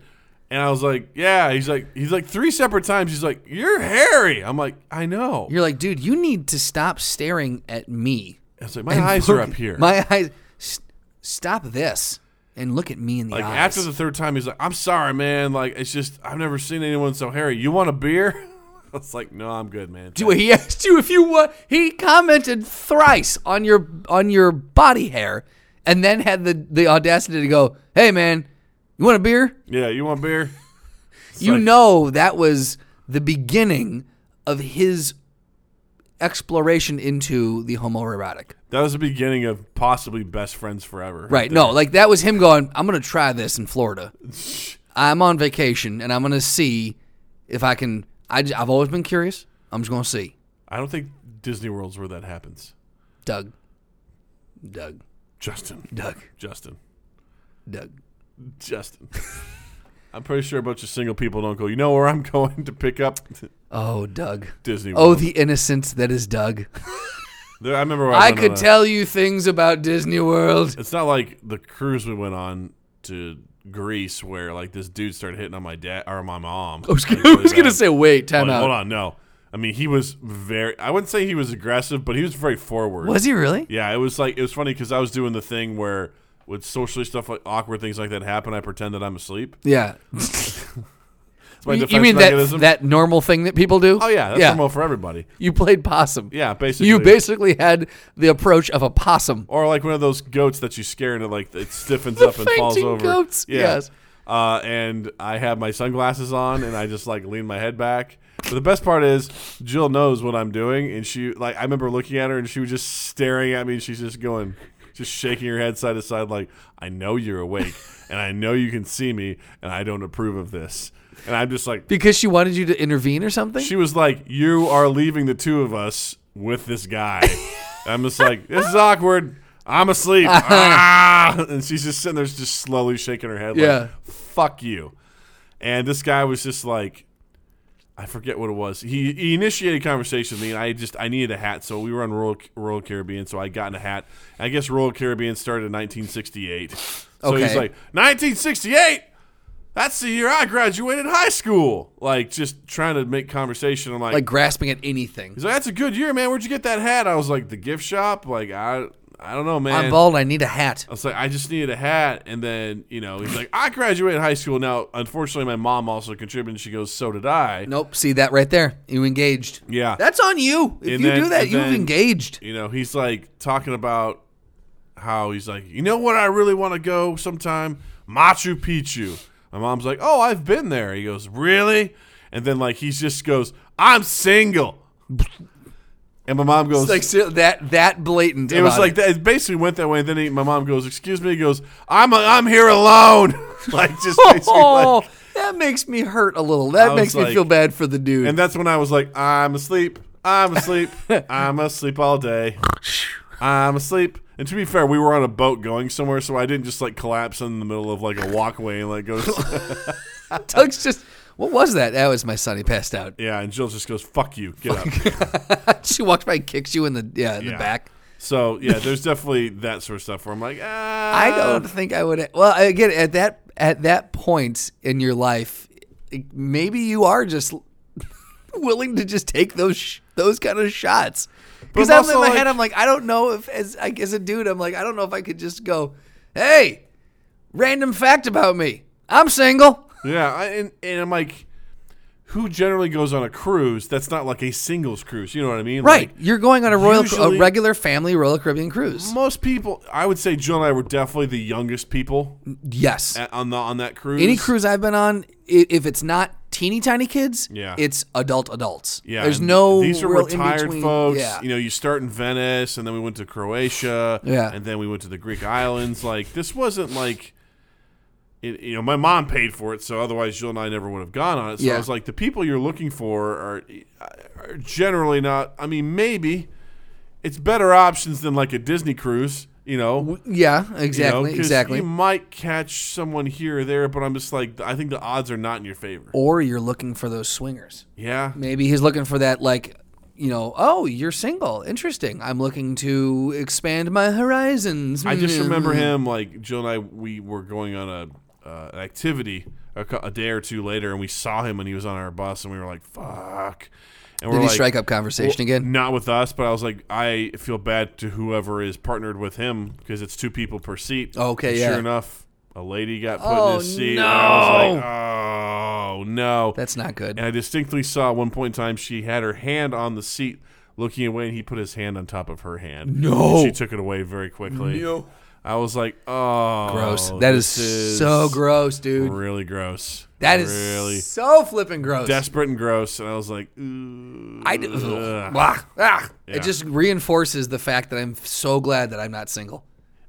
S2: And I was like, "Yeah." He's like, he's like three separate times. He's like, "You're hairy." I'm like, "I know."
S1: You're like, dude, you need to stop staring at me.
S2: I was like, "My eyes are up here."
S1: My eyes. St- stop this and look at me in the
S2: like
S1: eyes.
S2: after the third time, he's like, "I'm sorry, man. Like it's just I've never seen anyone so hairy. You want a beer?" <laughs> I was like, "No, I'm good, man."
S1: Do- he asked you if you want. He commented thrice on your on your body hair, and then had the the audacity to go, "Hey man, you want a beer?"
S2: Yeah, you want beer?
S1: you
S2: like-
S1: know that was the beginning of his exploration into the homoerotic.
S2: That was the beginning of possibly best friends forever.
S1: Right. No, like that was him going, I'm going to try this in Florida. I'm on vacation and I'm going to see if I can. I, have always been curious. I'm just going to see.
S2: I don't think Disney World's where that happens.
S1: Doug. Doug.
S2: Justin.
S1: Doug.
S2: Justin.
S1: Doug.
S2: Justin. <laughs> I'm pretty sure a bunch of single people don't go, you know where I'm <laughs> going to pick up
S1: Oh, Doug.
S2: Disney
S1: Oh,
S2: World.
S1: the innocence that is
S2: <laughs>
S1: Doug.
S2: There- I remember where I,
S1: I
S2: went on
S1: could
S2: a-
S1: tell you things about Disney World.
S2: It's not like the cruise we went on to Greece where like this dude started hitting on my dad or my mom.
S1: I was <laughs>
S2: Like,
S1: gonna, I
S2: really
S1: was gonna
S2: bad.
S1: say, wait, time
S2: Like,
S1: out.
S2: hold on, no. I mean, he was very. I wouldn't say he was aggressive, but he was very forward.
S1: Was he really?
S2: Yeah, it was like it was funny because I was doing the thing where with socially stuff like awkward things like that happen, I pretend that I'm asleep.
S1: Yeah.
S2: It's my
S1: You- you
S2: defense
S1: mean that
S2: mechanism.
S1: that normal thing that people do?
S2: oh yeah, that's
S1: yeah.
S2: normal for everybody.
S1: You played possum.
S2: Yeah, basically.
S1: You basically had the approach of a possum.
S2: or like one of those goats that you scare and it like it stiffens up and falls
S1: fainting
S2: over.
S1: goats, yes.
S2: Uh, and I have my sunglasses on and I just like lean my head back. But the best part is Jill knows what I'm doing and she like I remember looking at her and she was just staring at me and she's just going just shaking her head side to side, like, I know you're awake and I know you can see me and I don't approve of this. And I'm just like,
S1: because she wanted you to intervene or something.
S2: she was like, You are leaving the two of us with
S1: <laughs>
S2: this guy. I'm just like, This is awkward. I'm
S1: <laughs>
S2: asleep. ah! And she's just sitting there, just slowly shaking her head,
S1: Yeah.
S2: like, Fuck you. And this guy was just like, I forget what it was. He, he initiated conversation with me, and I just I needed a hat, so we were on Royal, Royal Caribbean, so I got in a hat. I guess Royal Caribbean started in 1968. So he's
S1: Okay.
S2: like 1968. That's the year I graduated high school. Like just trying to make conversation. I'm like,
S1: like grasping at anything.
S2: he's like, that's a good year, man. Where'd you get that hat? I was like, the gift shop. Like I I don't know, man.
S1: I'm bald. I need a hat.
S2: I was like, I just needed a hat. And then, you know, he's like, I graduated high school. Now, unfortunately, my mom also contributed. She goes, so did I.
S1: Nope. See that right there. You engaged.
S2: Yeah.
S1: That's on you. If
S2: And
S1: you
S2: then-
S1: do that,
S2: and
S1: you've
S2: then-
S1: engaged.
S2: You know, he's like talking about how he's like, you know what, I really want to go sometime? Machu Picchu. My mom's like, oh, I've been there. He goes, really? And then, like, he just goes, I'm single. And my mom goes,
S1: It's like ser- that that blatant.
S2: it was
S1: about
S2: like that. It basically went that way. And then he, my mom goes, "Excuse me." He goes, "I'm I'm here alone." <laughs> like just <laughs> basically like,
S1: Oh, that makes me hurt a little. That
S2: was
S1: makes me
S2: like-
S1: feel bad for the dude.
S2: And that's when I was like, I'm asleep. I'm asleep.
S1: <laughs>
S2: I'm asleep all day. I'm asleep. And to be fair, we were on a boat going somewhere, so I didn't just like collapse in the middle of like a walkway and like goes,
S1: <laughs> Doug's just. What was that? That was my son. He passed out.
S2: yeah. And Jill just goes, "Fuck you, get
S1: <laughs>
S2: up."
S1: she walks by and kicks you in the yeah in
S2: Yeah.
S1: the back.
S2: so yeah, there's definitely that sort of stuff where I'm like, ah,
S1: I don't think I would. Well, again, at that at that point in your life, maybe you are just <laughs> willing to just take those sh- those kind of shots. Because
S2: I'm
S1: I'm in
S2: also
S1: my
S2: like-
S1: head, I'm like, I don't know if as like, as a dude, I'm like, I don't know if I could just go, hey, random fact about me, I'm single.
S2: Yeah, I, and and I'm like, who generally goes on a cruise? That's not like a singles cruise. You know what I mean?
S1: Right,
S2: Like,
S1: you're going on a royal,
S2: usually-
S1: a regular family Royal Caribbean cruise.
S2: most people, I would say, Jill and I were definitely the youngest people
S1: Yes,
S2: at, on the on that cruise.
S1: any cruise I've been on, i- if it's not teeny tiny kids,
S2: Yeah.
S1: it's adult adults.
S2: Yeah,
S1: there's
S2: and
S1: no
S2: These are
S1: real
S2: retired
S1: in-between.
S2: folks.
S1: Yeah,
S2: You know, you start in Venice, and then we went to Croatia.
S1: Yeah.
S2: and then we went to the Greek islands. Like this wasn't like, it, you know, my mom paid for it, so otherwise Jill and I never would have gone on it. So I
S1: Yeah.
S2: was like, the people you're looking for are, are generally not. I mean, maybe it's better options than like a Disney cruise. You know.
S1: yeah,
S2: you know,
S1: exactly,
S2: 'cause
S1: exactly.
S2: You might catch someone here or there, but I'm just like, I think the odds are not in your favor.
S1: or you're looking for those swingers.
S2: Yeah.
S1: Maybe he's looking for that, like, you know, oh, you're single, interesting. I'm looking to expand my horizons. Hmm.
S2: I just
S1: Mm-hmm.
S2: remember him like Jill and I. We were going on a uh, an activity a, cou- a day or two later, and we saw him when he was on our bus, and we were like, "Fuck!" And
S1: Did
S2: we're
S1: he
S2: like,
S1: strike up conversation again?
S2: Not with us, but I was like, I feel bad to whoever is partnered with him because it's two people per seat.
S1: Oh, Okay,
S2: And
S1: yeah.
S2: Sure enough, a lady got put in
S1: Oh,
S2: his seat. And I
S1: no.
S2: was like, oh no!
S1: That's not good.
S2: and I distinctly saw at one point in time she had her hand on the seat. Looking away, and he put his hand on top of her hand.
S1: No.
S2: And she took it away very quickly. I was like, oh,
S1: gross. that is,
S2: this
S1: so gross, dude.
S2: Really gross.
S1: That is
S2: really
S1: so flipping gross.
S2: desperate and gross. And I was like, ooh.
S1: I d-
S2: Ugh.
S1: Blah. Ah.
S2: Yeah.
S1: It just reinforces the fact that I'm so glad that I'm not single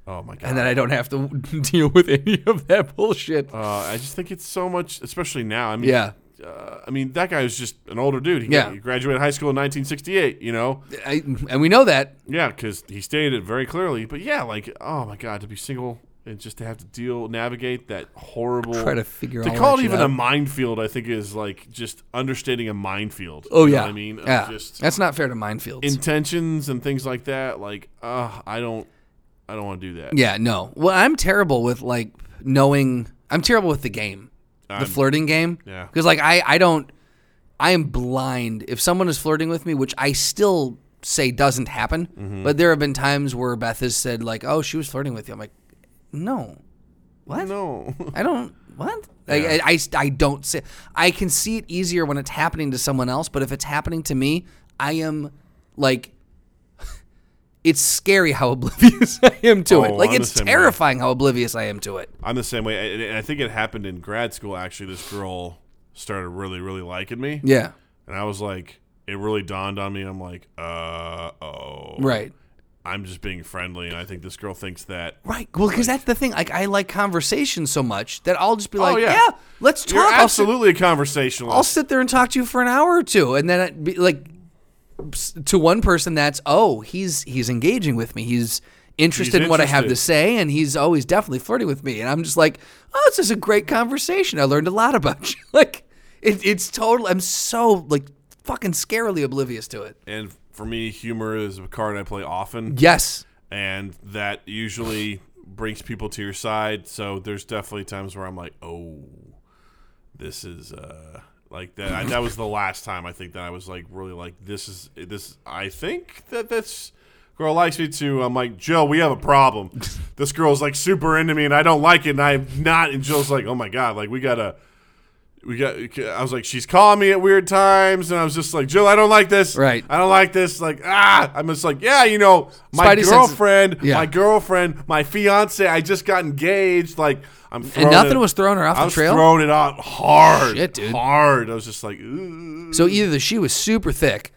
S2: oh my god.
S1: and that I don't have to <laughs> deal with any of that bullshit.
S2: uh, I just think it's so much, especially now. I mean,
S1: Yeah.
S2: Uh, I mean, that guy was just an older dude. He
S1: Yeah.
S2: he graduated high school in 1968. You know,
S1: I, and we know that.
S2: yeah, because he stated it very clearly. But yeah, like, oh my god, to be single and just to have to deal, navigate that horrible.
S1: Try to figure
S2: to
S1: all
S2: call
S1: that
S2: it
S1: shit
S2: even
S1: out.
S2: a minefield, I think is like just understanding a minefield.
S1: Oh
S2: You know
S1: yeah.
S2: what I mean, Of
S1: yeah.
S2: just
S1: That's not fair to minefields.
S2: intentions and things like that. Like, uh, I don't, I don't want to do that.
S1: yeah. No. Well, I'm terrible with like knowing. I'm terrible with the game, the flirting game.
S2: yeah.
S1: Because like I, I don't. I am blind. If someone is flirting with me, which I still say doesn't happen,
S2: Mm-hmm.
S1: but there have been times where Beth has said like, "Oh, she was flirting with you." I'm like, "No, what?
S2: <laughs> No,
S1: I don't what? Like, I, I, I don't see. I can see it easier when it's happening to someone else, but if it's happening to me, I am like, <laughs> it's scary how <laughs> oblivious I am to it.
S2: Oh,
S1: Like
S2: I'm the
S1: it's
S2: same way.
S1: terrifying how oblivious I am to it.
S2: I'm the same way. And- And I think it happened in grad school. Actually, this girl started really, really liking me,
S1: Yeah,
S2: and I was like, it really dawned on me. I'm like, uh oh,
S1: right.
S2: I'm just being friendly, and I think this girl thinks that.
S1: Right. Well, because that's the thing. Like, I like conversation so much that I'll just be like,
S2: Oh, yeah.
S1: yeah. let's talk.
S2: You're
S1: I'll sit-
S2: absolutely a conversationalist.
S1: I'll sit there and talk to you for an hour or two, and then it be like s- to one person that's oh he's he's engaging with me, he's interested
S2: He's
S1: in what I have to
S2: interested.
S1: say, and he's always definitely flirting with me, and I'm just like oh this is a great conversation. I learned a lot about <laughs> you. like it, it's total. I'm so like fucking scarily oblivious to it.
S2: and for me, humor is a card I play often,
S1: Yes.
S2: and that usually brings people to your side. So there's definitely times where I'm like, oh, this is uh, like that. I, that was the last time I think that I was like really like this is this. I think that this Girl likes me too. I'm like, Jill, we have a problem. This girl's like super into me and I don't like it and I'm not. And Jill's like, oh my God, like we gotta, we got i was like she's calling me at weird times and i was just like jill i don't like this
S1: Right.
S2: i don't like this like ah i'm just like yeah you know my
S1: Spidey senses-
S2: girlfriend
S1: Yeah.
S2: my girlfriend my fiance i just got engaged like i'm throwing
S1: nothing
S2: it-
S1: was throwing her off
S2: I
S1: the
S2: was
S1: trail?
S2: throwing it out hard
S1: Shit, dude.
S2: hard i was just like Ooh.
S1: So either she was super thick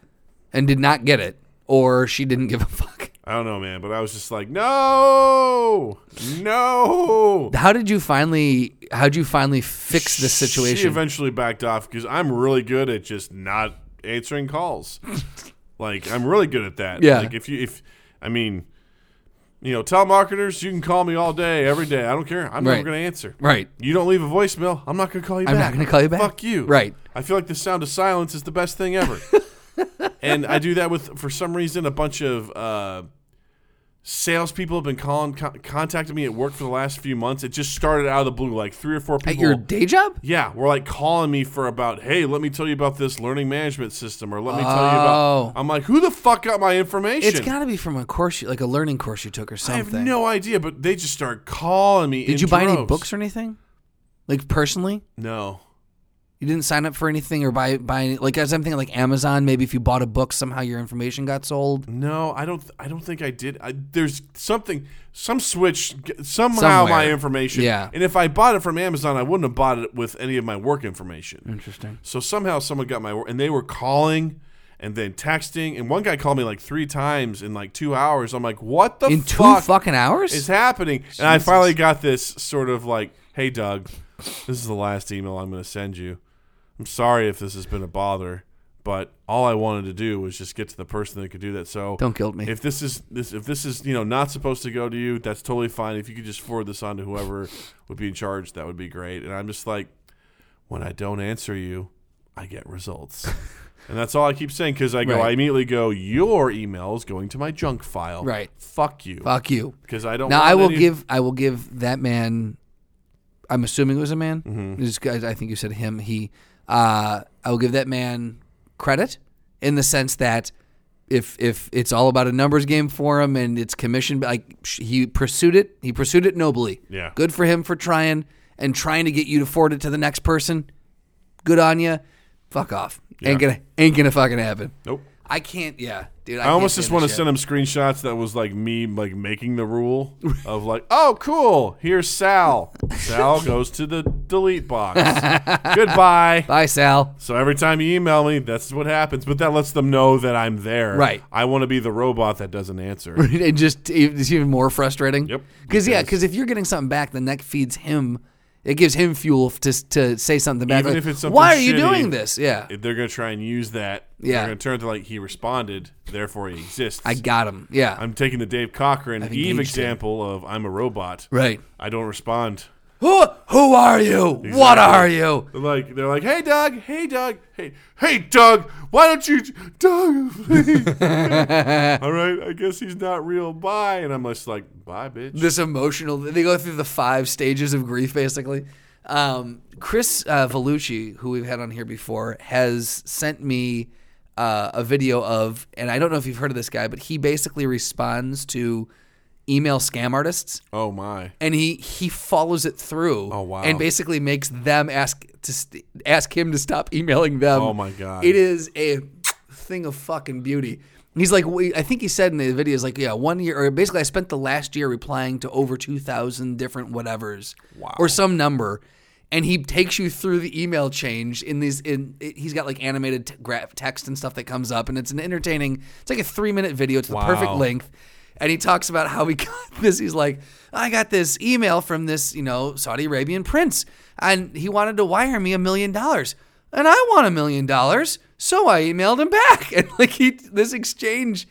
S1: and did not get it, or she didn't give a <laughs> fuck.
S2: i don't know man but i was just like no no
S1: How did you finally? How did you finally fix this situation?
S2: She eventually backed off because I'm really good at just not
S1: <laughs>
S2: answering calls. like I'm really good at that.
S1: Yeah.
S2: Like if you if I mean, you know, telemarketers, you can call me all day, every day. I don't care. I'm
S1: Right.
S2: never gonna answer.
S1: right.
S2: You don't leave a voicemail, I'm not gonna call you
S1: I'm
S2: back.
S1: not gonna call you back.
S2: Fuck you.
S1: Right.
S2: I feel like the sound of silence is the best
S1: <laughs>
S2: thing ever. and I do that with for some reason a bunch of uh Salespeople have been calling, con- contacting me at work for the last few months. It just started out of the blue, like three or four people.
S1: At your day job?
S2: Yeah, were like calling me for about, hey, let me tell you about this learning management system, or let me tell you about.
S1: Oh.
S2: I'm like, who the fuck got my information?
S1: It's got to be from a course, you, like a learning course you took or
S2: I have
S1: something.
S2: no idea, but they just started calling me.
S1: Did you buy any books or anything? Like personally,
S2: No,
S1: you didn't sign up for anything or buy buy any, like as I'm thinking like Amazon. Maybe if you bought a book, somehow your information got sold.
S2: no, I don't. I don't think I did. I, there's something, some switch, g- somehow my
S1: Somewhere.
S2: information.
S1: Yeah.
S2: and if I bought it from Amazon, I wouldn't have bought it with any of my work information.
S1: Interesting.
S2: So somehow someone got my wor- and they were calling and then texting and one guy called me like three times in like two hours. I'm like, what the
S1: In two
S2: fuck
S1: fucking hours?
S2: is happening? And I finally got this sort of like, hey Doug, this is the last email I'm going to send you. I'm sorry if this has been a bother, but all I wanted to do was just get to the person that could do that. So
S1: Don't guilt me.
S2: If this is this, if this is you know not supposed to go to you, that's totally fine. If you could just forward this on to whoever would be in charge, that would be great. And I'm just like, when I don't answer you, I get
S1: <laughs>
S2: results. And that's all I keep saying because I go,
S1: Right.
S2: I immediately go, your email is going to my junk file.
S1: Right.
S2: Fuck you.
S1: Fuck you.
S2: Because I don't.
S1: Now
S2: want
S1: I will
S2: any-
S1: give I will give that man. I'm assuming it was a man.
S2: Mm-hmm.
S1: This guy- I think you said him. He. Uh, I will give that man credit in the sense that if if it's all about a numbers game for him and it's commission, like sh- he pursued it. He pursued it nobly.
S2: Yeah.
S1: Good for him for trying and trying to get you to forward it to the next person. Good on you. Fuck off. Ain't gonna ain't gonna fucking happen.
S2: Nope.
S1: I can't. Yeah, dude. I,
S2: I
S1: can't
S2: almost
S1: stand
S2: just
S1: that
S2: want to
S1: shit.
S2: send him screenshots that was like me like making the rule of like, oh cool, here's Sal.
S1: <laughs>
S2: Sal goes to the delete box. Goodbye.
S1: Bye, Sal.
S2: So every time you email me, that's what happens. But that lets them know that I'm there.
S1: Right.
S2: I want to be the robot that doesn't answer.
S1: <laughs> and just it's even more frustrating.
S2: Yep.
S1: Because yeah,
S2: Because-
S1: because if you're getting something back, the neck feeds him. It gives him fuel f- to s- to say something back.
S2: Even
S1: like,
S2: if it's something
S1: Why are you
S2: shitty,
S1: doing this? Yeah,
S2: If They're gonna try and use that.
S1: Yeah.
S2: They're gonna turn to like he responded, therefore he exists.
S1: I got him. Yeah.
S2: I'm taking the Dave Cochran Eve
S1: engaged him.
S2: example of I'm a robot.
S1: right.
S2: I don't respond.
S1: Who who are you? What are you?
S2: They're like they're like, hey Doug, hey Doug, hey hey Doug, why don't you Doug? please." All right, I guess he's not real. Bye, and I'm just like, bye, bitch.
S1: This emotional. They go through the five stages of grief, basically. Um, Chris uh, Vellucci, who we've had on here before, has sent me uh, a video of, and I don't know if you've heard of this guy, but he basically responds to email scam artists.
S2: Oh my,
S1: and he he follows it through.
S2: Oh, wow.
S1: And basically makes them ask to st- ask him to stop emailing them.
S2: Oh, my God.
S1: It is a thing of fucking beauty. He's like, we- I think he said in the video, is like, yeah, one year, or basically, I spent the last year replying to over two thousand different whatevers,
S2: Wow.
S1: or some number, and he takes you through the email change in these. In it, he's got like animated t- graph text and stuff that comes up, and it's an entertaining. It's like a three minute video. It's the perfect
S2: Wow.
S1: length, and he talks about how he <laughs> got this. He's like, I got this email from this, you know, Saudi Arabian prince, and he wanted to wire me a million dollars, and I want a million dollars, so I emailed him back, <laughs> and like he this exchange,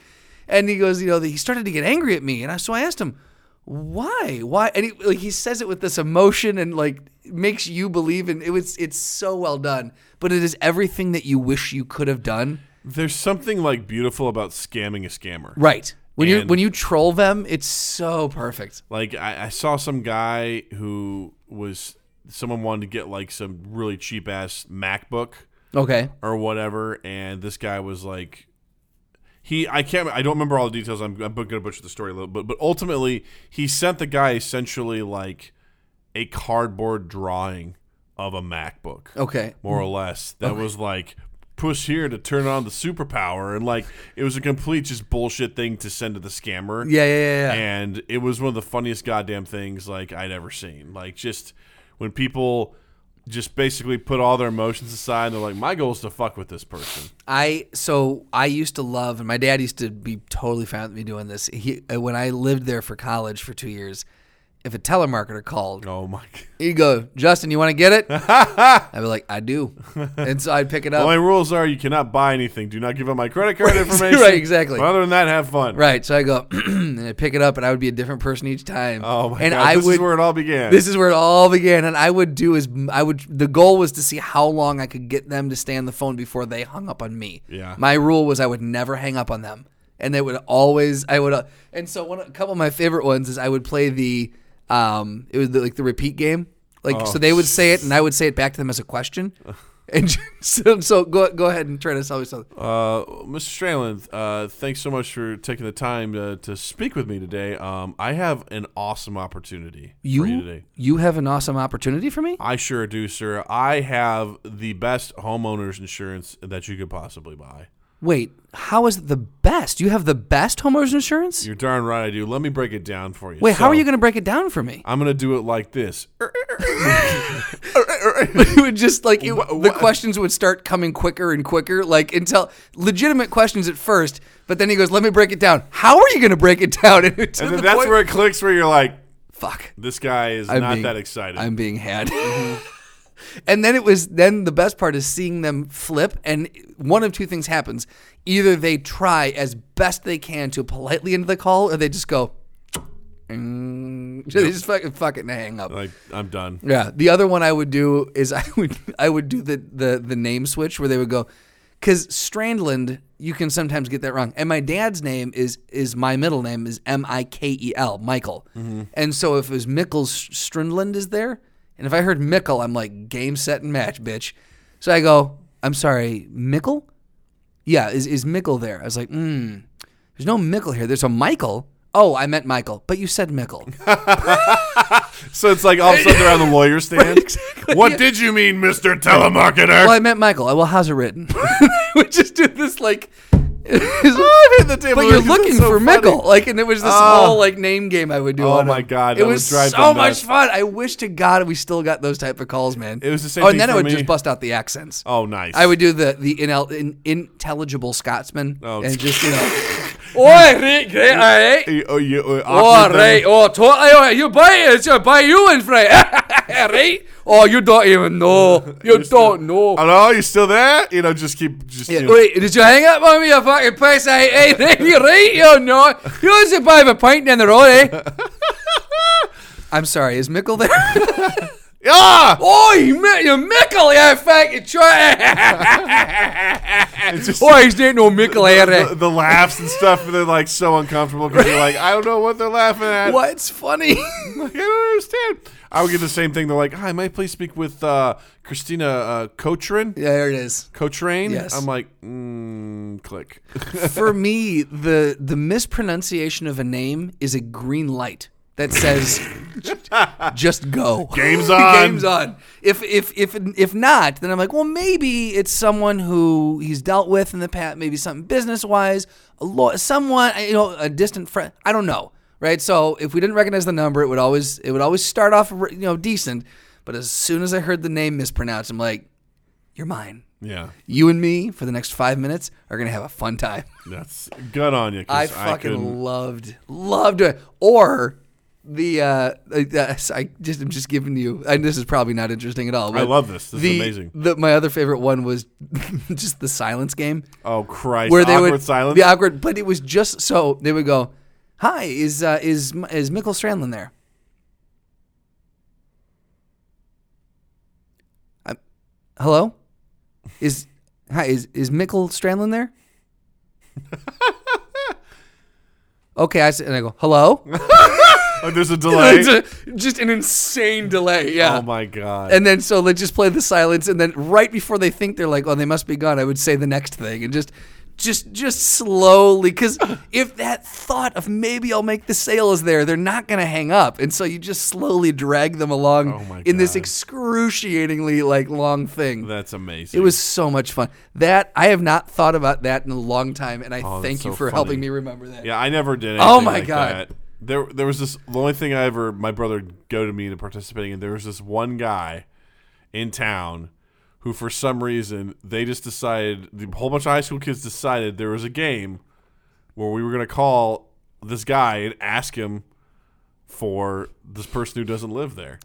S1: and he goes, you know, he started to get angry at me, and I, so I asked him, why, why, and he, like he says it with this emotion and like makes you believe, and it was it's so well done, but it is everything that you wish you could have done.
S2: There's something like beautiful about scamming a scammer.
S1: Right. When you
S2: And-
S1: when you troll them, it's so perfect.
S2: Like I, I saw some guy who was someone wanted to get like some really cheap ass MacBook
S1: Okay.
S2: or whatever, and this guy was like, he I can't I don't remember all the details. I'm, I'm going to butcher the story a little bit, but ultimately he sent the guy essentially like a cardboard drawing of a MacBook.
S1: Okay.
S2: more or less that was like push here to turn on the superpower and like it was a complete just bullshit thing to send to the scammer
S1: Yeah, yeah, yeah. yeah.
S2: and it was one of the funniest goddamn things like i'd ever seen like just when people just basically put all their emotions aside and they're like my goal is to fuck with this person
S1: I so I used to love, and my dad used to be totally fine with me doing this. He uh, when I lived there for college for two years, if a telemarketer called,
S2: oh my god
S1: he'd go, "Justin, you want to get
S2: <laughs>
S1: it?" I'd be like, "I do," and so I'd pick it up.
S2: my rules are you cannot buy anything do not give up my credit card
S1: <laughs>
S2: information
S1: right, exactly.
S2: But other than that have fun
S1: Right, so I go <clears throat> and I pick it up, and I would be a different person each time.
S2: oh my
S1: and
S2: god
S1: I
S2: this
S1: would
S2: is where it all began
S1: This is where it all began, and I would do is I would. The goal was to see how long I could get them to stay on the phone before they hung up on me.
S2: Yeah.
S1: My rule was I would never hang up on them, and they would always. I would. Uh, and so one, a couple of my favorite ones is I would play the, um, it was the, like the repeat game. Like
S2: Oh,
S1: so they would say it, and I would say it back to them as a question. <laughs> And so, so go go ahead and try to sell me something.
S2: Uh, Mr. Strayland, uh, thanks so much for taking the time uh, to speak with me today. Um, I have an awesome opportunity for you
S1: You
S2: today.
S1: you have an awesome opportunity for me.
S2: I sure do, sir. I have the best homeowners insurance that you could possibly buy.
S1: Wait, how is it the best? You have the best homeowners insurance.
S2: You're darn right I do. Let me break it down for you.
S1: Wait, how are
S2: So,
S1: you Er, going to break it down for me?
S2: I'm gonna do it like this.
S1: it would just like it,
S2: Wha-
S1: the
S2: wha-
S1: questions would start coming quicker and quicker, like until legitimate questions at first. But then he goes, "Let me break it down. How are you going to break it down?" <laughs> And, it- to
S2: And
S1: the
S2: then that's
S1: point-
S2: where it clicks, where you're like,
S1: fuck.
S2: this guy is
S1: I'm
S2: not
S1: being-
S2: that excited. Mm-hmm.
S1: I'm being had. <laughs> and then it was. Then the best part is seeing them flip, and one of two things happens: either they try as best they can to politely end the call, or they just go. <laughs> "Mm." They just fucking fuck it and hang up.
S2: like, I'm done.
S1: Yeah. The other one I would do is I would I would do the the the name switch where they would go because Strandland you can sometimes get that wrong. And my dad's name is is my middle name is M I K E L Michael. And so if it was Mickle Strandland is there, and if I heard Mickle, I'm like game set and match, bitch. So I go, I'm sorry, Mickle. Yeah, is is Mickle there? I was like, hmm. There's no Mickle here. There's a Michael. Oh, I meant Michael, but you said Mickle.
S2: So it's like all of a sudden
S1: <laughs>
S2: they're on the lawyer stand.
S1: exactly,
S2: What
S1: yeah.
S2: did you mean, Mr. Telemarketer?
S1: Well, I meant Michael. Well, how's it written? <laughs> we just do this
S2: <laughs>
S1: like.
S2: Oh,
S1: I hit the
S2: table.
S1: But you're
S2: This is
S1: looking
S2: so
S1: for
S2: funny.
S1: Michael, like, and it was this
S2: Ah.
S1: whole like name game I would do.
S2: Oh
S1: on
S2: my
S1: him.
S2: God,
S1: it
S2: that would
S1: was
S2: drive
S1: so
S2: them nuts.
S1: much fun. I wish to God we still got those type of calls, man.
S2: It was the same
S1: Oh, and
S2: thing
S1: then I
S2: for
S1: would
S2: me.
S1: just bust out the accents.
S2: Oh, nice.
S1: I would do the the inel- in, intelligible Scotsman,
S2: Oh.
S1: and just you
S2: <laughs>
S1: know, oi, Rick, great, all right.
S2: Hey, Oh, you, oh,
S1: Oh,
S2: awkward
S1: right.
S2: thing.
S1: Oh, totally. Oh, you buy it. It's by you and <laughs> Frank. right? Oh, you don't even
S2: <laughs>
S1: know. You don't know.
S2: Hello, you still there? You know, just keep just.
S1: Yeah,
S2: you know,
S1: Wait, did you hang up on me, you fucking piss? I <laughs> ain't you right, Oh, you know. You was a bit of a pint down the road, eh? <laughs> I'm sorry, is Mickle <laughs> there?
S2: Ah!
S1: oh, you, Mi- you Mickle, yeah, fucking <laughs> try.
S2: It's just
S1: oh, he's not no Mickle here, eh?
S2: the, the laughs and stuff, and they're like so uncomfortable because you're like, I don't know what they're laughing at.
S1: What's funny? <laughs>
S2: I don't understand. I would get the same thing. They're like, Hi, may I please speak with uh, Christina uh, Cochrane?
S1: yeah, there it is.
S2: Cochrane?
S1: Yes.
S2: I'm like, mm, click. <laughs>
S1: For me, the the mispronunciation of a name is a green light that
S2: <laughs>
S1: says just go. <laughs>
S2: Game's on.
S1: Game's on. If if if if not, then I'm like, well, maybe it's someone who he's dealt with in the past, maybe something business wise, a law, someone you know, a distant friend. I don't know, right? So if we didn't recognize the number, it would always it would always start off you know decent, but as soon as I heard the name mispronounced, I'm like, you're mine.
S2: Yeah,
S1: You and me for the next five minutes are gonna have a fun time. <laughs>
S2: that's good on you. 'cause
S1: I
S2: couldn't-
S1: fucking loved loved it. Or the uh, I- that's- I just I'm just giving you. And this is probably not interesting at all. but
S2: love this. This is
S1: the-
S2: amazing.
S1: The, my other favorite one was <laughs> just the silence game
S2: Oh Christ!
S1: where they
S2: awkward
S1: would
S2: silence.
S1: the awkward. But it was just so they would go, "Hi, is uh, is is Michael Strandlin there?" i hello, is hi is is Michael Strandlin
S2: <laughs>
S1: there? okay, I said, and I go, "Hello."
S2: Oh,
S1: <laughs>
S2: there's a delay.
S1: It's a- just an insane delay. Yeah.
S2: oh my God!
S1: And then so let's just play the silence, and then right before they think they're like, "Oh, they must be gone," I would say the next thing, and just, just, just slowly,
S2: <laughs>
S1: because if that thought of maybe I'll make the sale is there, they're not gonna hang up, and so you just slowly drag them along
S2: Oh my
S1: in this
S2: God.
S1: excruciatingly like long thing.
S2: that's amazing.
S1: it was so much fun. That I have not thought about that in a long time, and I thank
S2: Oh, that's
S1: you
S2: so
S1: for
S2: funny.
S1: helping me remember that.
S2: Yeah, I never did. Anything
S1: Oh my
S2: like
S1: God.
S2: That. There, there was this. The only thing I ever, my brother would go to me to participating, and there was this one guy in town who, for some reason, they just decided the whole bunch of high school kids decided there was a game where we were going to call this guy and ask him for this person who doesn't
S1: <coughs>
S2: live there.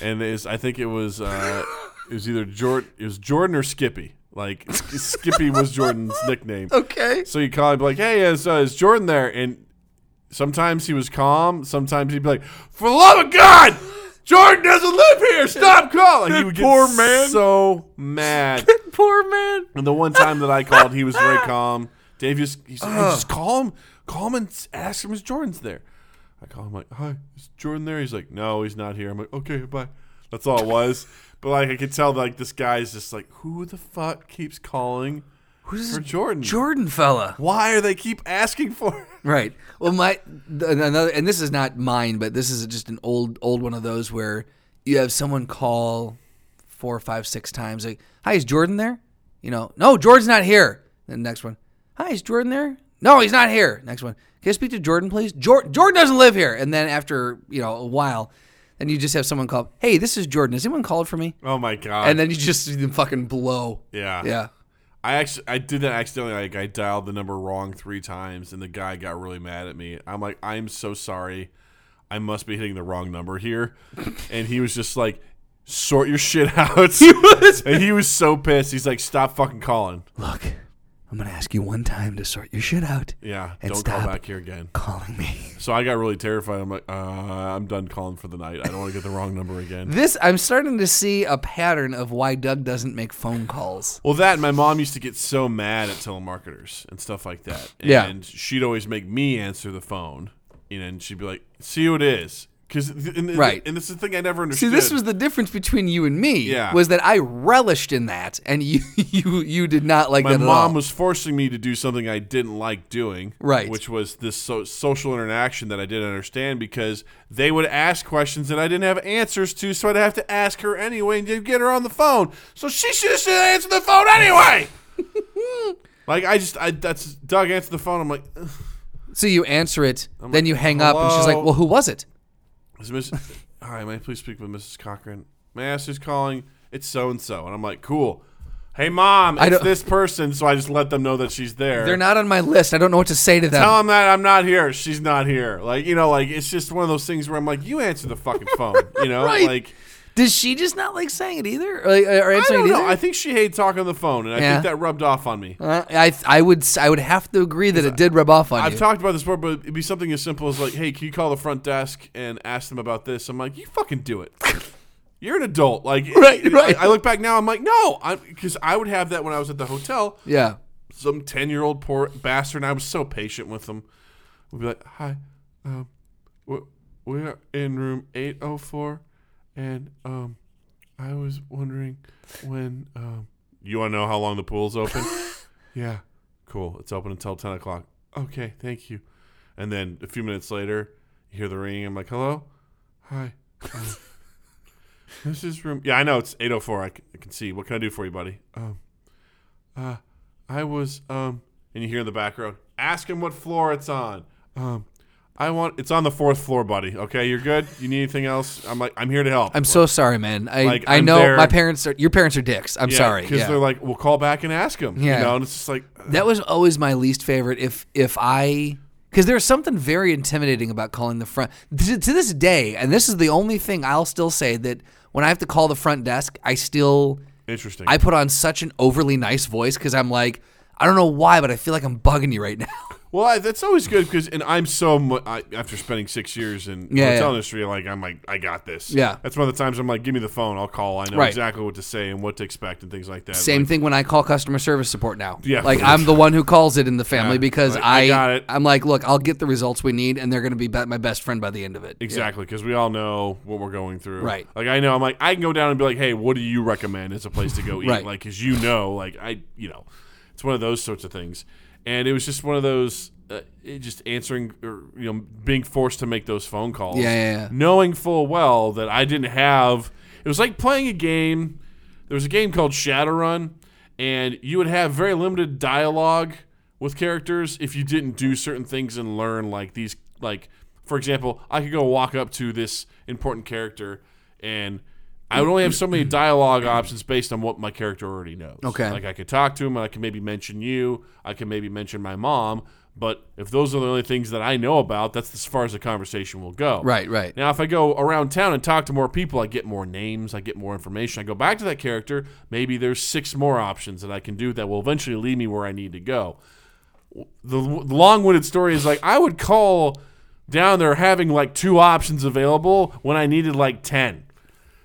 S2: and is I think it was uh, it was either Jordan, it was Jordan or Skippy. Like Skippy was Jordan's nickname.
S1: <laughs> Okay.
S2: So you call him like, "Hey, is, uh, is Jordan there?" And sometimes he was calm. Sometimes he'd be like, "For the love of God, Jordan doesn't live here. Stop calling." He would get
S1: poor man.
S2: so mad.
S1: Poor man.
S2: And the one time that I called, he was
S1: <laughs>
S2: very calm. Dave just he said, "Hey, just call him, call him and s- ask him if Jordan's there. I call him like, hi, is Jordan there? He's like, no, he's not here. I'm like, okay, bye. That's all
S1: <laughs>
S2: it was. But like I could tell, like this guy's just like, who the fuck keeps calling
S1: Who's
S2: for
S1: this
S2: Jordan?
S1: Jordan fella?
S2: Why are they keep asking for? it? <laughs>
S1: Right. Well, my th- another, and this is not mine, but this is just an old old one of those where you have someone call four, five, six times, like, "Hi, is Jordan there?" You know, no, Jordan's not here. Then next one, "Hi, is Jordan there?" No, he's not here. Next one, can I speak to Jordan, please? Jor- Jordan doesn't live here. And then after you know a while, then you just have someone call, "Hey, this is Jordan. Has anyone called for me?"
S2: Oh my god!
S1: And then you just you fucking blow.
S2: yeah,
S1: Yeah.
S2: I actually I did that accidentally. Like I dialed the number wrong three times, and the guy got really mad at me. I'm like, I'm so sorry. I must be hitting the wrong
S1: <laughs>
S2: number here. and he was just like, sort your shit <laughs> out. and he was so pissed. He's like, stop fucking calling.
S1: Look, I'm gonna ask you one time to sort your shit out.
S2: Yeah,
S1: And
S2: don't
S1: stop.
S2: call back here again.
S1: Calling me.
S2: So I got really terrified. I'm like, uh, I'm done calling for the night. I don't want to get the wrong number again.
S1: This I'm starting to see a pattern of why Doug doesn't make phone calls.
S2: Well, that and my mom used to get so mad at telemarketers and stuff like that. And
S1: Yeah.
S2: she'd always make me answer the phone, you know, and she'd be like, "See who it is," because and, and-
S1: Right.
S2: And this is the thing I never
S1: See,
S2: understood.
S1: this was the difference between you and me.
S2: Yeah.
S1: was that I relished in that, and you <laughs> you you did not like
S2: my
S1: that at
S2: mom
S1: all.
S2: was forcing me to do something I didn't like doing,
S1: Right.
S2: Which was this so- social interaction that I didn't understand because they would ask questions that I didn't have answers to, so I'd have to ask her anyway and then get her on the phone. So she should have answered the phone
S1: <laughs>
S2: anyway. like I just I that's Doug answered the phone. I'm like. "Ugh."
S1: so you answer it, then you hang up, and she's
S2: "Hello?"
S1: like, "Well, who was it?"
S2: Is Miss, <laughs> hi, may I please speak with Mrs. Cochran? May I ask who's calling? It's so and so, and I'm like, cool. Hey, mom,
S1: I
S2: it's
S1: don't-
S2: this person. So I just let them know that she's there.
S1: They're not on my list. I don't know what to say to them.
S2: Tell them that I'm not here. She's not here. Like you know, like it's just one of those things where I'm like, you answer the fucking phone. You know,
S1: <laughs> Right.
S2: like
S1: Does she just not like saying it either, or, like, or
S2: I
S1: answering
S2: don't
S1: it
S2: know.
S1: either?
S2: I think she hated talking on the phone, and I
S1: Yeah.
S2: think that rubbed off on me.
S1: Uh, I I would s- I would have to agree that it did rub off on
S2: I've
S1: you.
S2: talked about this before, but it'd be something as simple as like, "Hey, can you call the front desk and ask them about this?" I'm like, "You fucking do
S1: <laughs>
S2: it. You're an adult." Like,
S1: Right,
S2: I-
S1: right.
S2: I, look back now, I'm like, "No," I'm because I would have that when I was at the hotel.
S1: yeah.
S2: Some ten year old poor bastard, and I was so patient with them. Would be like, "Hi, um, we're, we're in room 804, and um, I was wondering when um." You want to know how long the pool's open? <laughs> Yeah. Cool. It's open until 10 o'clock. Okay. Thank you. And then a few minutes later, you hear the ringing. I'm like, hello? <laughs> Hi. Um, this is room. Yeah, I know. It's 804. I c- I can see. What can I do for you, buddy? Um, uh, I was, um, and you hear in the background, ask him what floor it's on. Um, I want it's on the fourth floor, buddy. Okay, you're good. You need anything else? I'm like, I'm here to help.
S1: I'm so sorry, man. I
S2: Like,
S1: I
S2: I'm
S1: know
S2: there-
S1: my parents are your parents are dicks. I'm sorry.
S2: because
S1: Yeah.
S2: they're like, we'll call back and ask them.
S1: Yeah.
S2: you know, and it's just like
S1: that was always my least favorite. If if I because there's something very intimidating about calling the front to, to this day, and this is the only thing I'll still say that when I have to call the front desk, I still
S2: interesting.
S1: I put on such an overly nice voice because I'm like I don't know why, but I feel like I'm bugging you right <laughs> now.
S2: Well, I, that's always good because, and I'm so mu- I, after spending six years in the
S1: Yeah,
S2: hotel
S1: yeah.
S2: industry, like I'm like I got this.
S1: Yeah.
S2: that's one of the times I'm like, give me the phone, I'll call. I know
S1: Right.
S2: exactly what to say and what to expect and things like that.
S1: Same
S2: Like,
S1: thing when I call customer service support now.
S2: Yeah.
S1: like I'm the one who calls it in the family
S2: Yeah,
S1: because
S2: like,
S1: I,
S2: I got it.
S1: I'm like, look, I'll get the results we need, and they're going to be be- my best friend by the end of it.
S2: exactly because we all know what we're going through.
S1: Right.
S2: Like I know I'm like I can go down and be like, hey, what do you recommend as a place to go eat?
S1: Right.
S2: Like because you know, like I you know, it's one of those sorts of things. And it was just one of those. Uh, it just answering or you know being forced to make those phone calls
S1: Yeah, yeah, yeah.
S2: knowing full well that I didn't have. It was like playing a game. There was a game called Shadowrun, and you would have very limited dialogue with characters if you didn't do certain things and learn like these. Like, for example, I could go walk up to this important character, and I would only have so many dialogue options based on what my character already knows.
S1: Okay.
S2: Like I could talk to him, and I could maybe mention you. I could maybe mention my mom. But if those are the only things that I know about, that's as far as the conversation will go.
S1: Right, right.
S2: Now, if I go around town and talk to more people, I get more names, I get more information. I go back to that character. Maybe there's six more options that I can do that will eventually lead me where I need to go. The, the long-winded story is like I would call down there having like two options available when I needed like ten.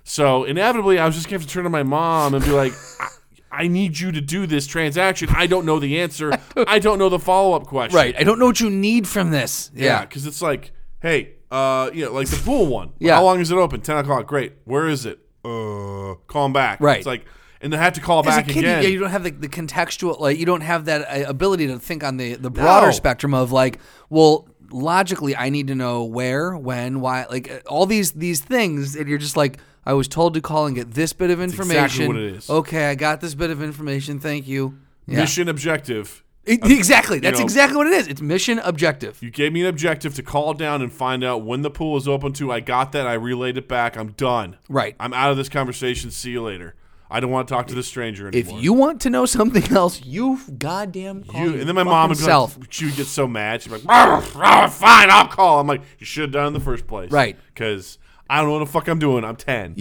S2: So inevitably, I was just gonna have to turn to my mom and be like. <laughs> I, I need you to do this transaction. I don't know the answer. I don't know the follow up question.
S1: Right. I don't know what you need from this.
S2: Yeah,
S1: Yeah.
S2: because it's like, hey, uh, you know, like the pool one.
S1: Yeah.
S2: How long is it open? Ten o'clock. Great. Where is it? Uh, call 'em back.
S1: Right.
S2: It's like, and they have to call
S1: As a
S2: back
S1: kid, you,
S2: again.
S1: yeah, you don't have the, the contextual, like you don't have that uh, ability to think on the, the broader
S2: No.
S1: spectrum of like, well, logically, I need to know where, when, why, like uh, all these these things, and you're just like, I was told to call and get this bit of information.
S2: exactly what it is.
S1: Okay, I got this bit of information. Thank you. Yeah.
S2: Mission objective.
S1: It- exactly. That's
S2: know-
S1: exactly what it is. It's mission objective.
S2: You gave me an objective to call down and find out when the pool is open to. I got that. I relayed it back. I'm done.
S1: Right.
S2: I'm out of this conversation. See you later. I don't want to talk to this stranger
S1: If
S2: anymore.
S1: you want to know something else, you goddamn call
S2: You-
S1: your
S2: and then my mom would
S1: fucking
S2: be
S1: self.
S2: like, she would get so mad. She'd be like, "Argh, argh, "Fine, I'll call." I'm like, "You should have done it in the first place,
S1: Right.
S2: Because I don't know what the fuck I'm doing. I'm ten.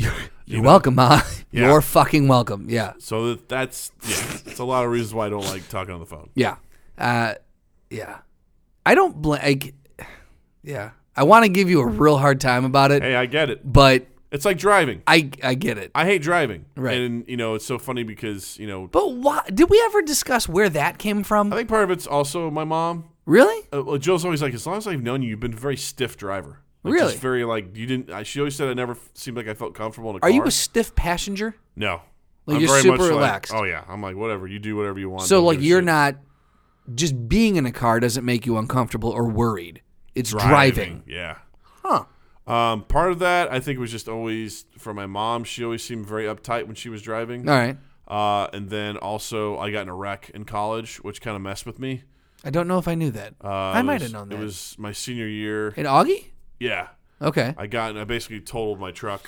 S1: You're welcome, Ma.
S2: <laughs> Yeah.
S1: You're fucking welcome. Yeah.
S2: So that, that's yeah, it's a lot of reasons why I don't like talking on the phone.
S1: Yeah. Uh, yeah. I don't blame. Like, yeah. I want to give you a real hard time about it,
S2: Hey, I get it.
S1: but
S2: It's like driving.
S1: I I get it.
S2: I hate driving.
S1: Right.
S2: And you know, it's so funny because you know,
S1: But why did we ever discuss where that came
S2: I
S1: from?
S2: think part of it's also my mom.
S1: Really?
S2: Uh, well, Jill's always like, as long as I've known you, you've been a very stiff driver. Like,
S1: Really?
S2: Just very like you didn't. I, she always said I never f- seemed like I felt comfortable in a
S1: Are
S2: car.
S1: you a stiff passenger?
S2: no?
S1: Like,
S2: I'm
S1: you're
S2: very
S1: super
S2: much like,
S1: relaxed.
S2: oh yeah, I'm like whatever you do, whatever you want.
S1: So
S2: don't
S1: like
S2: give a
S1: you're
S2: shit.
S1: not just being in a car doesn't make you uncomfortable or worried. It's driving.
S2: Yeah.
S1: Huh.
S2: Um, part of that I think was just always for my mom. She always seemed very uptight when she was driving.
S1: All right.
S2: Uh, and then also, I got in a wreck in college, which kind of messed with me.
S1: I don't know if I knew that.
S2: Uh,
S1: I
S2: it
S1: might
S2: was-
S1: have known that.
S2: It was my senior year.
S1: in Augie?
S2: Yeah,
S1: Okay.
S2: I got. I basically totaled my truck.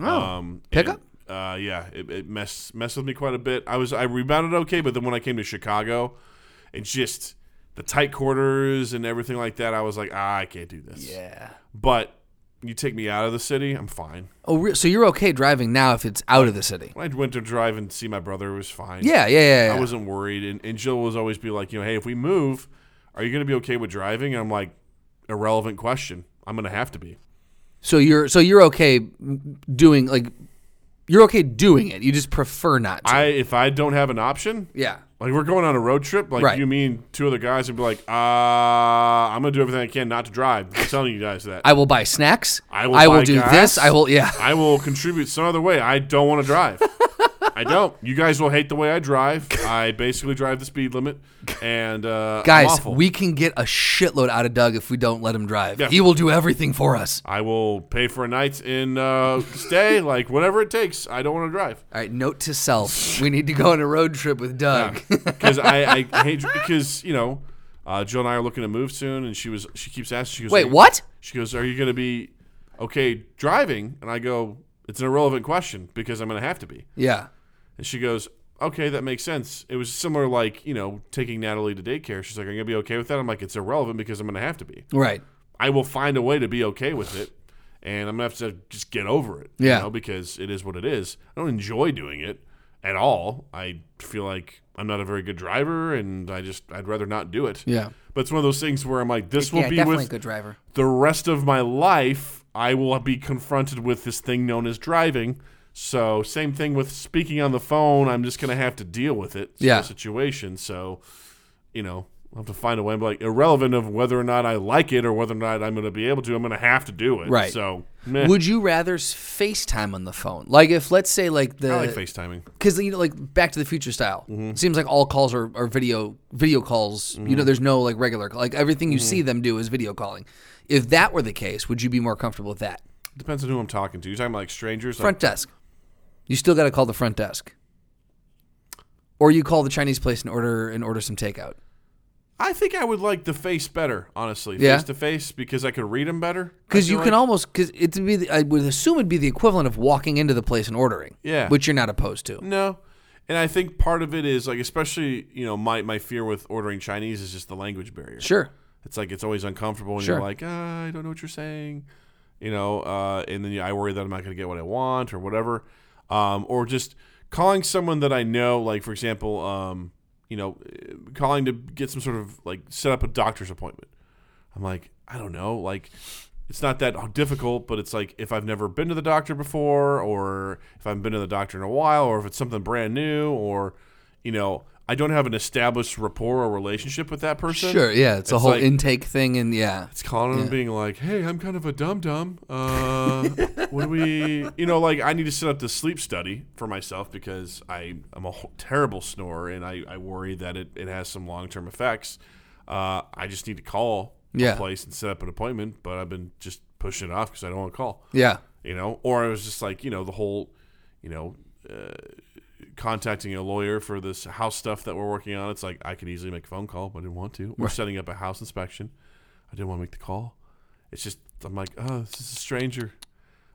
S1: Oh.
S2: Um,
S1: Pickup?
S2: and, Uh, yeah, it, it messed messed with me quite a bit. I was I rebounded okay, but then when I came to Chicago, it just the tight quarters and everything like that. I was like, ah, I can't do this.
S1: yeah.
S2: But you take me out of the city, I'm fine.
S1: Oh, re- so you're okay driving now if it's out of the city?
S2: When I went to drive and see my brother, it was fine.
S1: Yeah, yeah, yeah. yeah.
S2: I wasn't worried. And, and Jill was always be like, you know, hey, if we move, are you going to be okay with driving? And I'm like, irrelevant question. I'm going to have to be.
S1: so you're so you're okay doing like you're okay doing it. You just prefer not to.
S2: I if I don't have an option,
S1: yeah.
S2: like we're going on a road trip, like
S1: Right.
S2: you mean two other guys, and be like, uh, I'm going to do everything I can not to drive. I'm telling you guys that.
S1: <laughs>
S2: I,
S1: I will buy snacks.
S2: I will buy
S1: do
S2: gas.
S1: this. I will yeah.
S2: will contribute some other way. I don't want
S1: <laughs>
S2: to drive. I don't. You guys will hate the way I drive. I basically drive the speed limit, and uh, I'm
S1: Guys,
S2: awful.
S1: we can get a shitload out of Doug if we don't let him drive.
S2: Yeah.
S1: He will do everything for us.
S2: I will pay for a night in uh,
S1: <laughs>
S2: stay, like whatever it takes. I don't want to drive.
S1: All right, note to self. we need to go on a road trip with Doug.
S2: because I, I hate because you know Uh, Jill and I are looking to move soon, and she was she keeps asking. She
S1: <laughs>
S2: goes,
S1: Wait,
S2: "Are you-"
S1: what?
S2: She goes, "Are you going to be okay driving?" And I go, "It's an irrelevant question because I'm going to have to be."
S1: Yeah.
S2: And she goes, "Okay, that makes sense." It was similar, like you know, taking Natalie to daycare. She's like, "Are you going to be okay with that?" I'm like, "It's irrelevant because I'm going to have to be.
S1: Right.
S2: I will find a way to be okay with it." And I'm gonna have to just get over it,
S1: Yeah.
S2: You know, because it is what it is. I don't enjoy doing it at all. I feel like I'm not a very good driver, and I just I'd rather not do it.
S1: Yeah.
S2: But it's one of those things where I'm like, this will
S1: yeah,
S2: be
S1: definitely
S2: with
S1: a good driver.
S2: the rest of my life. I will be confronted with this thing known as driving. So same thing with speaking on the phone. I'm just gonna have to deal with it. It's
S1: Yeah.
S2: the situation. So, you know, I'll have to find a way. I'm like irrelevant of whether or not I like it or whether or not I'm gonna be able to. I'm gonna have to do it.
S1: Right.
S2: So, meh.
S1: Would you rather s- FaceTime on the phone? Like if let's say like
S2: I like
S1: the
S2: FaceTiming.
S1: because you know like Back to the Future style.
S2: Mm-hmm.
S1: Seems like all calls are, are video video calls. You know, there's no like regular like everything
S2: Mm-hmm.
S1: you see them do is video calling. If that were the case, would you be more comfortable with that?
S2: Depends on who I'm talking to. You're talking about like strangers.
S1: Front desk. You still got to call the front desk. Or you call the Chinese place and order and order some takeout.
S2: I think I would like the face better, honestly,
S1: Yeah.
S2: face to face, because I could read them better. I
S1: Because
S2: feel
S1: you
S2: like.
S1: can almost because it'd be the, I would assume it'd be the equivalent of walking into the place and ordering.
S2: Yeah.
S1: which you're not opposed to.
S2: No. And I think part of it is like especially, you know, my, my fear with ordering Chinese is just the language barrier.
S1: Sure.
S2: It's like it's always uncomfortable and
S1: Sure.
S2: you're like, ah, I don't know what you're saying. You know, uh, and then I worry that I'm not going to get what I want or whatever. Um, or just calling someone that I know, like for example, um, you know, eh, calling to get some sort of like set up a doctor's appointment. I'm like, I don't know, like it's not that difficult, but it's like if I've never been to the doctor before, or if I've been to the doctor in a while, or if it's something brand new, or you know, I don't have an established rapport or relationship with that person.
S1: Sure. Yeah, it's, a
S2: It's
S1: whole
S2: like-
S1: intake thing, and yeah,
S2: It's calling them being like, "Hey, I'm kind of a dum dum. Uh, what
S1: <laughs>
S2: do we, you know, like I need to set up the sleep study for myself because I am a ho- terrible snorer and I, I worry that it, it has some long term effects. Uh, I just need to call
S1: Yeah.
S2: a place and set up an appointment, but I've been just pushing it off because I don't want to call
S1: yeah,
S2: you know or it was just like you know the whole you know uh, contacting a lawyer for this house stuff that we're working on it's like i could easily make a phone call but i didn't want to we're setting up a house inspection i didn't want to make the call it's just i'm like oh this is a stranger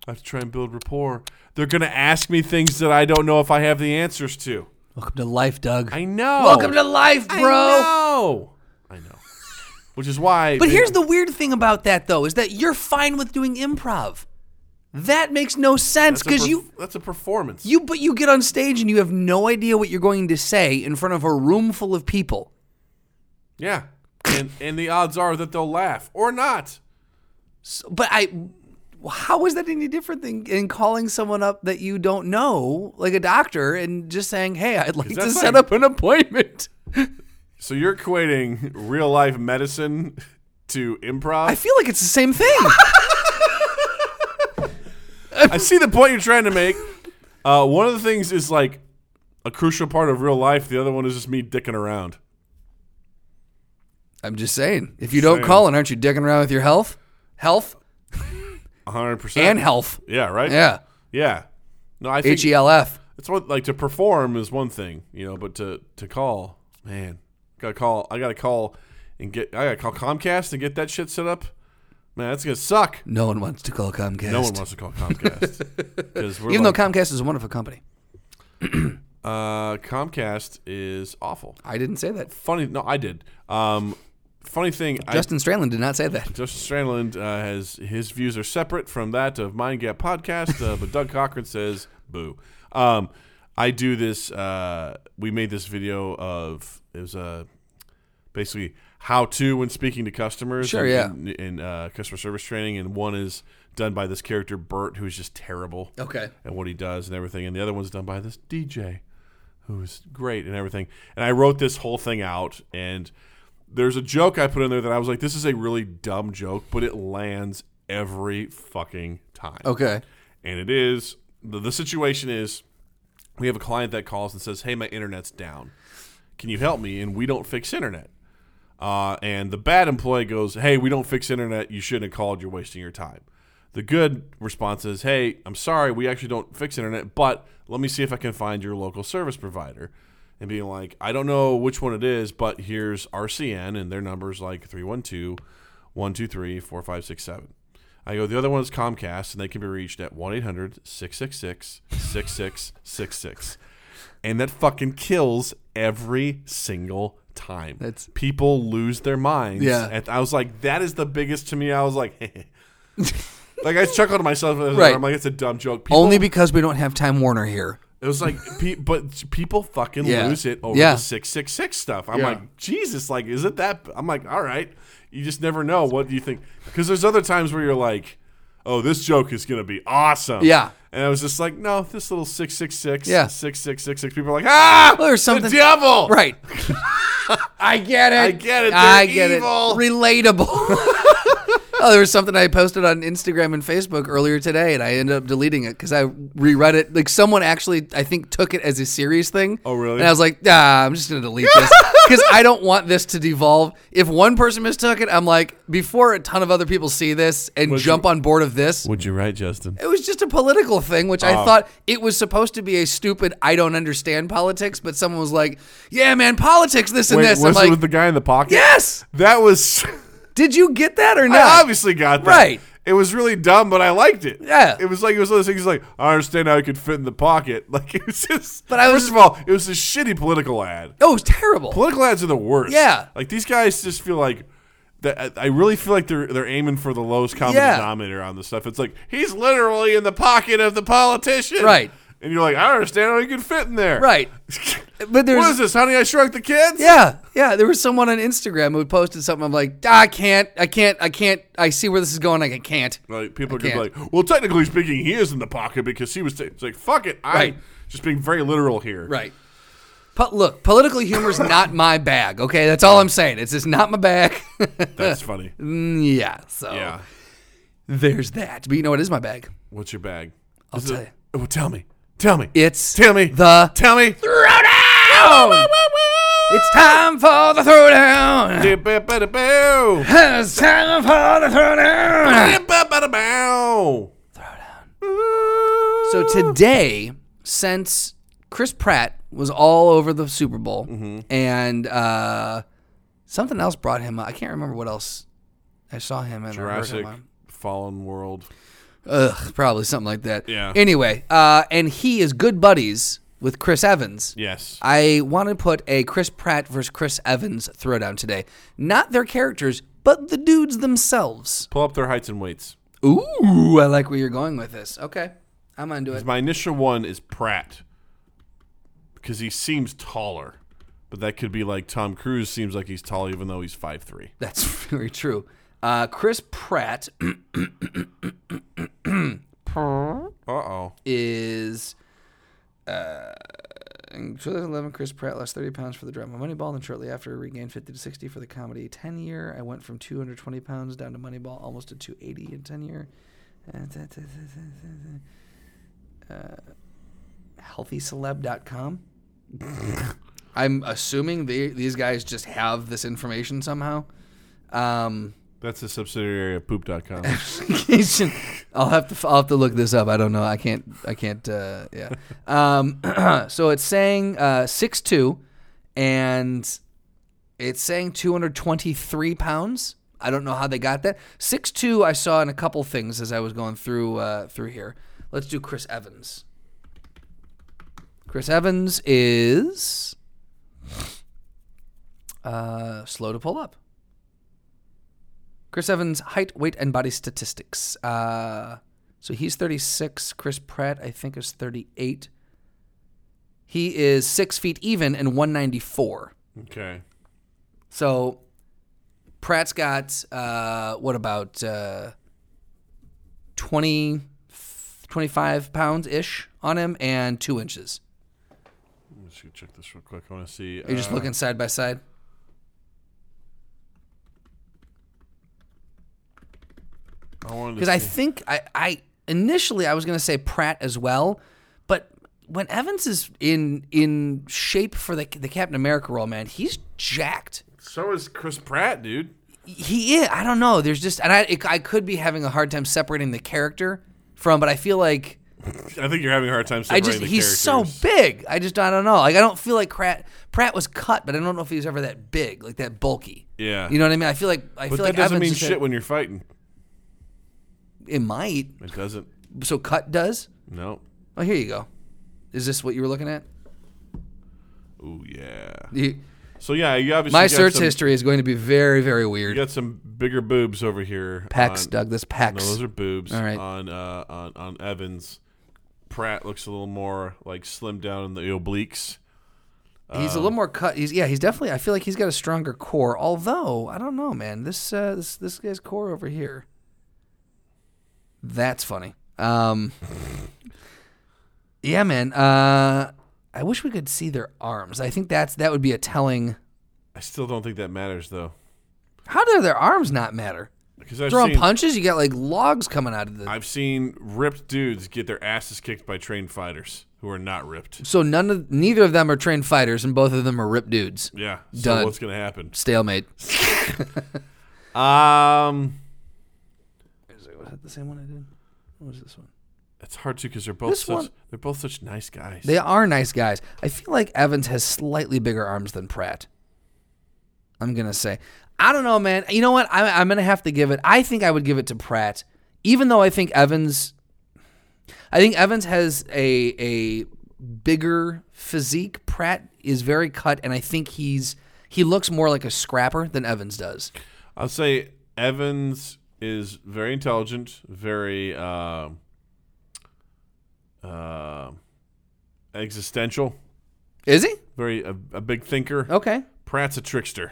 S2: i have to try and build rapport they're going to ask me things that i don't know if i have the answers to
S1: Welcome to life, Doug.
S2: i know
S1: Welcome to life, bro.
S2: I know. I know which is why
S1: But here's the weird thing about that though is that you're fine with doing improv. That makes no sense because you
S2: that's a performance
S1: you but you get on stage and you have no idea what you're going to say in front of a room full of people.
S2: Yeah. And and the odds are that they'll laugh or not.
S1: So, but I how is that any different than in calling someone up that you don't know, like a doctor, and just saying, "Hey, I'd like to
S2: that's
S1: set
S2: like-
S1: up an appointment."
S2: So you're equating real life medicine to improv. I
S1: I feel like it's the same
S2: <laughs>
S1: thing.
S2: see the point you're trying to make. Uh, one of the things is like a crucial part of real life. The other one is just me dicking around.
S1: I'm just saying, if you don't
S2: Saying.
S1: call and aren't you dicking around with your health, health
S2: 100. percent
S1: and health,
S2: Yeah. Right.
S1: yeah,
S2: Yeah. No, I think
S1: H E L F.
S2: it's what like to perform is one thing, you know, but to to call, man, got to call. I got to call and get. I got to call Comcast and get that shit set up. Man, that's gonna suck.
S1: No one wants to call Comcast.
S2: No one wants to call Comcast
S1: <laughs>
S2: because we're
S1: Even
S2: like,
S1: though Comcast is a wonderful company.
S2: uh, Comcast is awful.
S1: I didn't say that.
S2: Funny, no, I did. Um, funny thing,
S1: Justin Strandland did not say that.
S2: I, Justin Strandland uh, has his views are separate from that of Mind Gap podcast, uh, but Doug Cochran says boo. Um, I do this. Uh, we made this video of it was uh, basically how to when speaking to customers.
S1: Sure,
S2: and,
S1: yeah.
S2: and- and, uh, customer service training, and one is done by this character Bert, who's just terrible.
S1: Okay.
S2: and what he does and everything. And the other one's done by this DJ, who's great and everything. And I wrote this whole thing out. And there's a joke I put in there that I was like, this is a really dumb joke, but it lands every fucking time.
S1: Okay.
S2: And it is the, the situation is we have a client that calls and says, hey, my internet's down. Can you help me? And we don't fix internet. Uh, and the bad employee goes, Hey, we don't fix internet. You shouldn't have called. You're wasting your time. The good response is, Hey, I'm sorry. We actually don't fix internet, but let me see if I can find your local service provider. and being like, I don't know which one it is, but here's RCN and their numbers like 312 123 4567. I go, the other one is Comcast and they can be reached at 1 800 666 6666. And that fucking kills every single time.
S1: That's-
S2: People lose their minds.
S1: Yeah.
S2: And I was like, that is the biggest to me. I was like, <laughs> like I chuckled to myself.
S1: Right.
S2: I'm like, it's a dumb joke. People
S1: Only because we don't have Time Warner here.
S2: it was like, pe- but people fucking
S1: Yeah.
S2: lose it over
S1: Yeah.
S2: the six six six stuff. I'm
S1: Yeah.
S2: like, Jesus, like, is it that? I'm like, all right, you just never know. What do you think? Because there's other times where you're like, oh, this joke is gonna be awesome.
S1: Yeah.
S2: and I was just like, no, this little six six six,
S1: Yeah.
S2: six six six six. People are like, ah,
S1: Well, there's
S2: the
S1: something-
S2: devil,
S1: <laughs> Right. I get it.
S2: I get it. They're
S1: I get
S2: evil.
S1: it. Relatable.
S2: <laughs>
S1: <laughs> oh, there was something I posted on Instagram and Facebook earlier today, and I ended up deleting it because I reread it. Like someone actually, I think, took it as a serious thing.
S2: Oh, really?
S1: And I was like, ah, I'm just gonna delete
S2: <laughs>
S1: this because I don't want this to devolve. If one person mistook it, I'm like, before a ton of other people see this and jump on board of this,
S2: Would you write Justin?
S1: it was just a political thing, which
S2: Oh.
S1: I thought it was supposed to be a stupid. I don't understand politics, but someone was like, "Yeah, man, politics, this and
S2: Wait,
S1: this." I'm
S2: was it
S1: like,
S2: with the guy in the pocket?
S1: "Yes."
S2: that was.
S1: Did you get that or
S2: I
S1: not?
S2: obviously got that.
S1: Right.
S2: It was really dumb, but I liked it.
S1: Yeah.
S2: It was like it was one of those things like I understand how it could fit in the pocket. <laughs> Like it was just.
S1: But I was-
S2: first of all, it was a shitty political ad.
S1: oh, it was terrible.
S2: Political ads are the worst.
S1: Yeah.
S2: Like these guys just feel like. That, I really feel like they're they're aiming for the lowest common
S1: Yeah.
S2: denominator on this stuff. It's like he's literally in the pocket of the politician,
S1: Right.
S2: And you're like, I don't understand how he could fit in there,
S1: right, but
S2: <laughs> What is
S1: there's
S2: this, Honey, I Shrunk the Kids?
S1: yeah, yeah. There was someone on Instagram who posted something. I'm like, "Ah, I can't, I can't, I can't. I see where this is going. I can't.
S2: Like people are
S1: I
S2: gonna be like, well, technically speaking, he is in the pocket because he was. ta-" it's like fuck it, I'm
S1: Right.
S2: just being very literal here.
S1: Right. Po- look, political humor's not my bag. Okay, that's all I'm saying. It's just not my bag. <laughs>
S2: That's funny.
S1: Mm, yeah. So
S2: Yeah.
S1: there's that. But you know what is my bag?
S2: What's your bag? I'll
S1: tell you.
S2: Well, tell me. Tell me.
S1: It's
S2: Tell me.
S1: the
S2: tell me. <laughs>
S1: throwdown. It's time for the throwdown.
S2: Throwdown.
S1: It's time for the throwdown. So today, since Chris Pratt was all over the Super Bowl,
S2: Mm-hmm.
S1: and uh, something else brought him up. I can't remember what else I saw him in. or heard him
S2: Jurassic
S1: on.
S2: Fallen World.
S1: Ugh, probably something like that.
S2: Yeah.
S1: Anyway, uh, and he is good buddies with Chris Evans.
S2: Yes.
S1: I want to put a Chris Pratt versus Chris Evans throwdown today. Not their characters, but the dudes themselves.
S2: Pull up their heights and weights.
S1: Ooh, I like where you're going with this. Okay, I'm gonna do it.
S2: My initial one is Pratt because he seems taller, but that could be like Tom Cruise seems like he's tall even though he's 5'3".
S1: That's <laughs> very true. Uh, Chris Pratt
S2: Uh oh.
S1: is. Uh, in 2011, Chris Pratt lost 30 pounds for the drama Moneyball, and shortly after regained 50 to 60 for the comedy 10 year. I went from 220 pounds down to Moneyball, almost to 280 in 10 year. Uh, healthyceleb.com. <laughs> I'm assuming they, these guys just have this information somehow. Um,
S2: That's a subsidiary
S1: <laughs>
S2: of poop.com.
S1: Vacation. I'll have to I'll have to look this up. I don't know. I can't I can't uh, yeah. Um, <clears throat> so it's saying uh, six two, and it's saying two hundred twenty three pounds. I don't know how they got that. Six two. I saw in a couple things as I was going through uh, through here. Let's do Chris Evans. Chris Evans is uh, slow to pull up. Chris Evans' height, weight, and body statistics. Uh, so he's 36. Chris Pratt, I think, is 38. He is six feet even and 194.
S2: okay.
S1: So Pratt's got, uh, what about uh, 20, 25 pounds ish on him and two inches.
S2: Let me just go check this real quick. I want to see.
S1: Are you just
S2: uh,
S1: looking side by side?
S2: I wanted to
S1: because I think I, I initially I was going to say Pratt as well, but when Evans is in in shape for the the Captain America role, man, he's jacked.
S2: So is Chris Pratt, dude.
S1: He is. I don't know. There's just and I it, I could be having a hard time separating the character from, but I feel like
S2: I think you're having a hard time.
S1: I
S2: Separating
S1: just
S2: the
S1: he's so
S2: characters.
S1: big. I just I don't know. Like I don't feel like Pratt Pratt was cut, but I don't know if he was ever that big, like that bulky.
S2: Yeah.
S1: You know what I mean? I feel like I
S2: But
S1: feel
S2: that
S1: like
S2: doesn't
S1: Evans
S2: mean
S1: is a-
S2: shit when you're fighting.
S1: it might.
S2: It doesn't.
S1: So cut does.
S2: No.
S1: Oh, here you go. Is this what you were looking at?
S2: Ooh yeah.
S1: You-
S2: So yeah, you obviously
S1: my
S2: got
S1: search
S2: some,
S1: history is going to be very very
S2: You
S1: weird.
S2: got some bigger boobs over here.
S1: Pecs,
S2: on-
S1: Doug. This
S2: No,
S1: pecs.
S2: Uh, those are boobs.
S1: All right.
S2: On uh, on on Evans, Pratt looks a little more like slimmed down in the obliques. uh,
S1: he's a little more cut. He's yeah. He's definitely. I feel like he's got a stronger core. Although I don't know, man. This uh, this this guy's core over here. That's funny. Um. <laughs> yeah, man. Uh, I wish we could see their arms. I think that's that would be a telling.
S2: I still don't think that matters though,
S1: How do their arms not matter?
S2: because I've
S1: Throwing
S2: seen
S1: punches, you got like logs coming out of the.
S2: I've seen ripped dudes get their asses kicked by trained fighters who are not ripped.
S1: so none of neither of them are trained fighters, and both of them are ripped dudes.
S2: Yeah. So
S1: Done.
S2: what's gonna happen?
S1: Stalemate.
S2: Um,
S1: Is it- was that the same one I did? What was this one?
S2: it's hard to because they're both
S1: This
S2: such
S1: one-
S2: they're both such nice guys.
S1: They are nice guys. I feel like Evans has slightly bigger arms than Pratt. I'm gonna say, I don't know, man. You know what? I'm, I'm gonna have to give it. I think I would give it to Pratt, even though I think Evans, I think Evans has a a bigger physique. Pratt is very cut, and I think he's he looks more like a scrapper than Evans does.
S2: I'll say Evans is very intelligent, very uh, uh, existential,
S1: Is he?
S2: very a, a big thinker.
S1: Okay.
S2: Pratt's a trickster,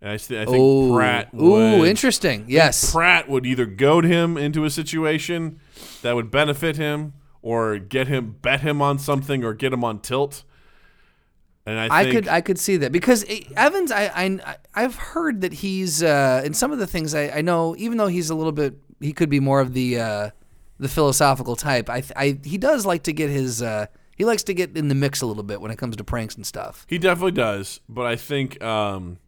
S2: and I, th- I think
S1: Oh,
S2: Pratt would.
S1: ooh, interesting. Yes.
S2: Pratt would either goad him into a situation that would benefit him, or get him bet him on something, or get him on tilt. And I,
S1: I
S2: think
S1: could I could see that because eh, Evans I, I I've heard that he's uh, in some of the things I, I know even though he's a little bit he could be more of the uh, the philosophical type I, th- I he does like to get his uh, he likes to get in the mix a little bit when it comes to pranks and stuff
S2: He definitely does, but I think um,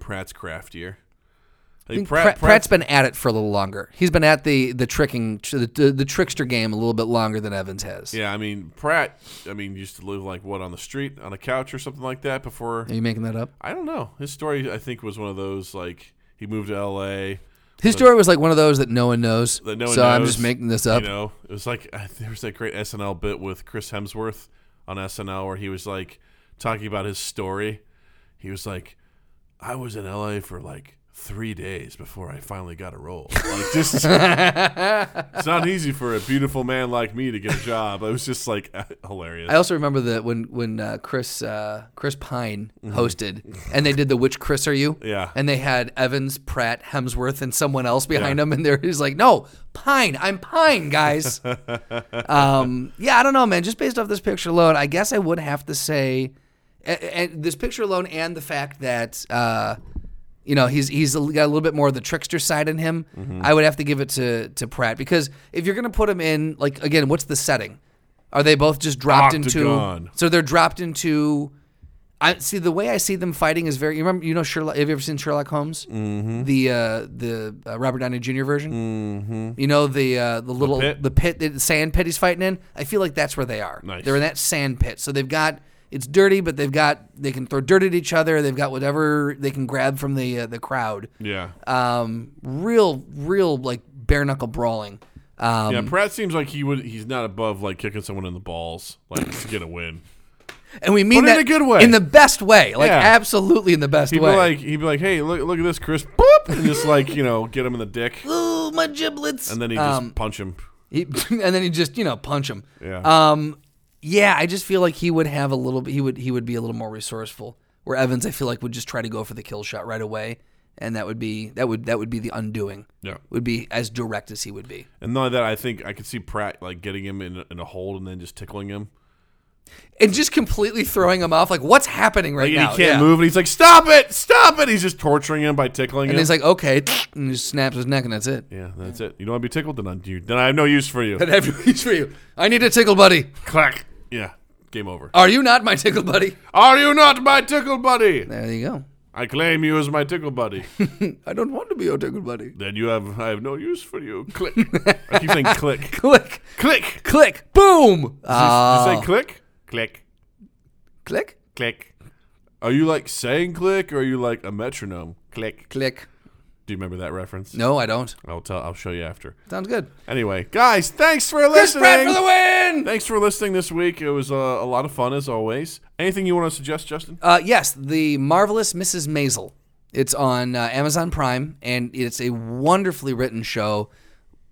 S2: Pratt's craftier. I
S1: I think
S2: think
S1: Pratt,
S2: Pratt,
S1: Pratt's
S2: Pratt's,
S1: been at it for a little longer he's been at the the tricking the, the, the trickster game a little bit longer than Evans has
S2: yeah, I mean Pratt. I mean used to live like what on the street, on a couch or something like that before.
S1: are you making that up
S2: I don't know. His story, I think, was one of those like he moved to L.A.
S1: his story was like one of those that no one knows
S2: That no one
S1: so I'm
S2: knows,
S1: just making this up
S2: You know, it was like there was that great SNL bit with Chris Hemsworth on SNL where he was like talking about his story. He was like, "I was in LA for like three days before I finally got a role." Like
S1: <laughs>
S2: this is, it's not easy for a beautiful man like me to get a job. It was just like <laughs> hilarious.
S1: I also remember that when when uh, Chris uh, Chris Pine hosted, and they did the "Which Chris Are You?"
S2: Mm-hmm. Yeah.
S1: and they had Evans, Pratt, Hemsworth, and someone else behind him, and there he's like, "No, Pine, I'm Pine,
S2: <laughs>
S1: guys." um, yeah, I don't know, man. Just based off this picture alone, I guess I would have to say, and this picture alone, and the fact that. Uh, you know he's he's got a little bit more of the trickster side in him. I would have to give it to to Pratt because if you're gonna put him in like again, what's the setting? Are they both just dropped
S2: Octagon.
S1: into? So they're dropped into. I see the way I see them fighting is very. You remember, you know Sherlock. Have you ever seen Sherlock Holmes? Mm-hmm. The uh, the uh, Robert Downey Jr. version. Mm-hmm. You know the uh, the little the
S2: pit?
S1: pit, the sand pit he's fighting in. I feel like that's where they are.
S2: Nice.
S1: They're in that sand pit. So they've got it's dirty, but they've got they can throw dirt at each other. They've got whatever they can grab from the uh, the crowd.
S2: Yeah,
S1: Um, real, real like bare knuckle brawling. Um,
S2: yeah. Pratt seems like he would. He's not above like kicking someone in the balls, like to get a win.
S1: and we mean
S2: But in
S1: that
S2: a good way.
S1: in the best way, like
S2: Yeah.
S1: absolutely in the best
S2: He'd be
S1: way.
S2: like, he'd be like, "Hey, look, look at this, Chris!" Boop, and just like you know, get him in the dick.
S1: Ooh, my giblets.
S2: And then he just
S1: um,
S2: punch him.
S1: he, <laughs> and then he just you know punch him.
S2: Yeah.
S1: Um, yeah, I just feel like he would have a little. bit He would he would be a little more resourceful. Where Evans, I feel like would just try to go for the kill shot right away, and that would be that would that would be the undoing.
S2: Yeah.
S1: Would be as direct as he would be.
S2: And not only that, I think I could see Pratt like getting him in, in a hold and then just tickling him.
S1: And just completely throwing him off, like what's happening right
S2: Like,
S1: now?
S2: and he can't
S1: Yeah.
S2: move, and he's like, "Stop it! Stop it!" He's just torturing him by tickling
S1: And
S2: him.
S1: he's like, okay, and he just snaps his neck, and that's <laughs> it.
S2: yeah, that's it. You don't want to be tickled, then I, you, then I have no
S1: <laughs>
S2: use for you.
S1: But everybody's for you. I need a tickle buddy.
S2: Clack. Yeah, game over.
S1: Are you not my tickle buddy?
S2: Are you not my tickle buddy?
S1: There you go.
S2: I claim you as my
S1: <laughs>
S2: tickle buddy.
S1: I don't want to be your tickle buddy.
S2: then you have I have no use for you. Click. I keep saying
S1: <laughs>
S2: click.
S1: Click,
S2: Click.
S1: click, boom.
S2: You-
S1: Uh,
S2: you say click. Click.
S1: click,
S2: Click. Are you like saying click or are you like a metronome? Click.
S1: click.
S2: Do you remember that reference?
S1: No, I don't.
S2: I'll tell I'll show you after.
S1: Sounds good.
S2: Anyway, guys, thanks for listening.
S1: Chris Pratt for the win.
S2: Thanks for listening this week. It was uh, a lot of fun as always. Anything you want to suggest, Justin?
S1: Uh, yes, the marvelous Mrs. Maisel. It's on uh, Amazon Prime, and it's a wonderfully written show.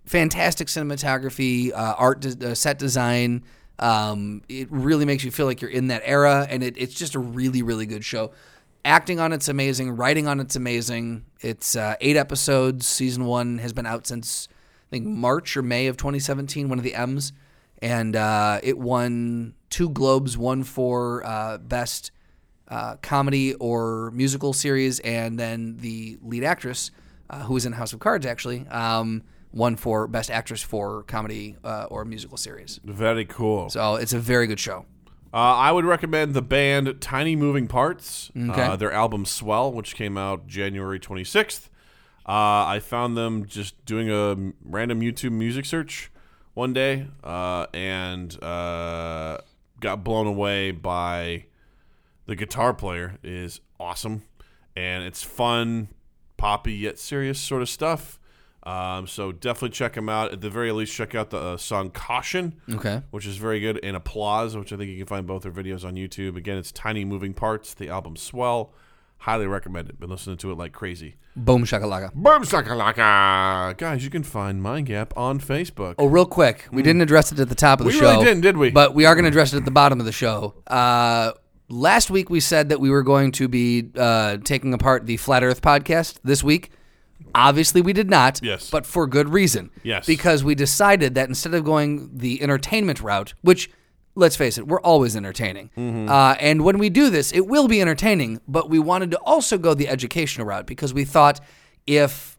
S1: Fantastic cinematography, uh, art, de- uh, set design. Um, it really makes you feel like you're in that era, and it, it's just a really, really good show. Acting on it's amazing. Writing on it's amazing. It's uh, eight episodes. Season one has been out since I think March or May of 2017. One of the M's, and uh, it won two Globes, one for uh, best uh, comedy or musical series, and then the lead actress, uh, who was in House of Cards, actually um, won for Best Actress for comedy uh, or musical series.
S2: Very cool.
S1: So it's a very good show.
S2: Uh, I would recommend the band Tiny Moving Parts,
S1: Okay.
S2: uh, their album Swell, which came out January 26th. Uh, I found them just doing a m- random YouTube music search one day uh, and uh, got blown away by the guitar player is awesome and it's fun poppy yet serious sort of stuff um, so definitely check them out at the very least check out the uh, song caution
S1: Okay.
S2: which is very good, and Applause, which I think you can find both their videos on YouTube. Again, it's Tiny Moving Parts, the album Swell. Highly recommend it. Been listening to it like crazy.
S1: Boom shakalaka.
S2: Boom shakalaka! Guys, you can find Mind Gap on Facebook.
S1: Oh, real quick, we didn't address it at the top of the
S2: Hmm. We
S1: show.
S2: really didn't, did we?
S1: But we are going to address it at the bottom of the show. Uh, last week we said that we were going to be uh, taking apart the Flat Earth podcast this week. Obviously, we did not.
S2: Yes.
S1: But for good reason.
S2: Yes.
S1: Because we decided that instead of going the entertainment route, which, let's face it, we're always entertaining.
S2: Mm-hmm.
S1: Uh, and when we do this, it will be entertaining, but we wanted to also go the educational route because we thought if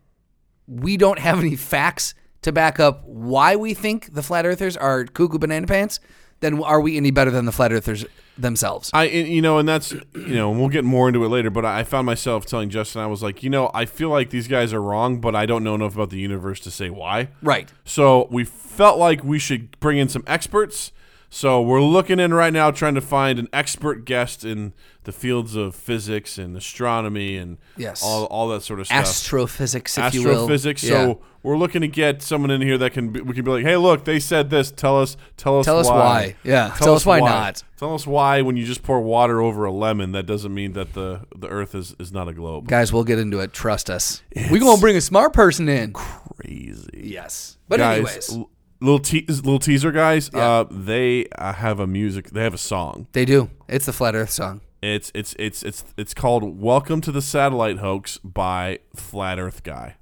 S1: we don't have any facts to back up why we think the flat earthers are cuckoo banana pants, then are we any better than the flat earthers themselves?
S2: I, and, you know, and that's, you know, and we'll get more into it later, but I I found myself telling Justin, I was like, you know, I feel like these guys are wrong, but I don't know enough about the universe to say why.
S1: right.
S2: So we felt like we should bring in some experts. So we're looking in right now trying to find an expert guest in the fields of physics and astronomy and
S1: Yes.
S2: all, all that sort of stuff.
S1: Astrophysics, if you will.
S2: Astrophysics.
S1: Yeah.
S2: So we're looking to get someone in here that can be, we can be like, hey, look, they said this. Tell us, tell us,
S1: Tell us why. Yeah. Tell us why not."
S2: Tell us why when you just pour water over a lemon, that doesn't mean that the the Earth is is not a globe.
S1: Guys, we'll get into it. Trust us. We're going to bring a smart person in.
S2: Crazy.
S1: Yes. But,
S2: guys,
S1: anyways,
S2: l- little te- little teaser, guys. Uh, they uh, have a music. They have a song.
S1: they do. It's the Flat Earth song.
S2: It's it's it's it's it's called "Welcome to the Satellite Hoax" by Flat Earth Guy.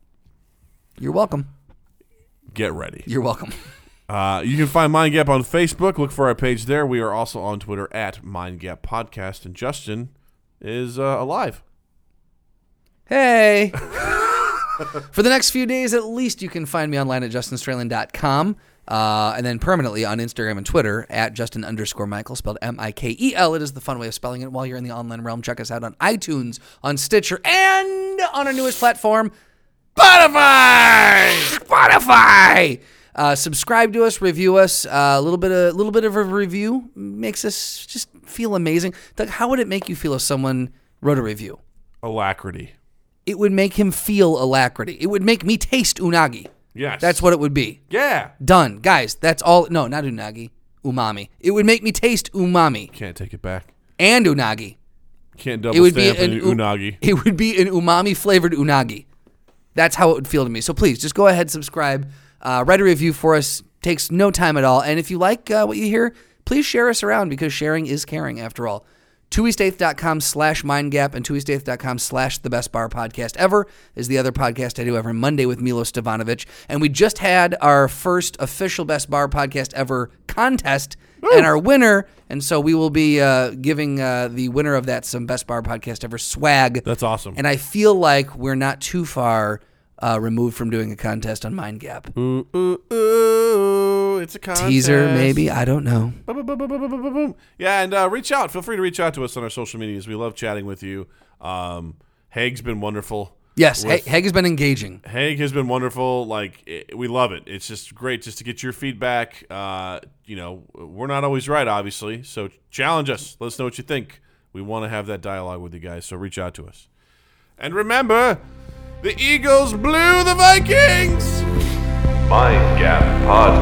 S1: You're welcome.
S2: Get ready.
S1: You're welcome.
S2: Uh, you can find Mind Gap on Facebook. Look for our page there. We are also on Twitter at Mind Gap Podcast. And Justin is uh, alive.
S1: Hey. For the next few days, at least, you can find me online at justinstralen.com. Uh, and then permanently on Instagram and Twitter at Justin underscore Michael, spelled M I K E L. It is the fun way of spelling it. While you're in the online realm, check us out on iTunes, on Stitcher, and on our newest platform, Spotify. Spotify. Uh, subscribe to us, review us. Uh, a little bit, of, a little bit of a review makes us just feel amazing. Doug, how would it make you feel if someone wrote a review?
S2: Alacrity.
S1: it would make him feel alacrity. It would make me taste unagi.
S2: Yes.
S1: That's what it would be.
S2: Yeah.
S1: Done. Guys, that's all. No, not unagi. Umami. It would make me taste umami
S2: Can't take it back.
S1: and unagi.
S2: Can't double
S1: It would
S2: stamp
S1: be an
S2: an
S1: u-
S2: unagi.
S1: <laughs> It would be an umami flavored unagi. That's how it would feel to me. So please, just go ahead, subscribe, uh, write a review for us. Takes no time at all. And if you like uh, what you hear, please share us around because sharing is caring after all. TwoEastEighth.com slash MindGap and TwoEastEighth.com slash The Best Bar Podcast Ever is the other podcast I do every Monday with Milo Stevanovic. And we just had our first official Best Bar Podcast Ever contest and our winner. And so we will be uh, giving uh, the winner of that some Best Bar Podcast Ever swag.
S2: That's awesome.
S1: And I feel like we're not too far uh, removed from doing a contest on Mind Gap.
S2: Ooh, ooh, ooh. It's a contest.
S1: Teaser, maybe. I don't know.
S2: Boom, boom, boom, boom, boom, boom, boom, boom. Yeah, and uh, reach out. Feel free to reach out to us on our social medias. We love chatting with you. Um, Haig's been wonderful.
S1: Yes, Heg
S2: With-
S1: Heg has been engaging.
S2: Haig has been wonderful. Like it, we love it. It's just great just to get your feedback. Uh, you know, we're not always right, obviously. So challenge us. Let us know what you think. We want to have that dialogue with you guys. So reach out to us. And remember, the Eagles blew the Vikings.
S3: Mind Gap Podcast.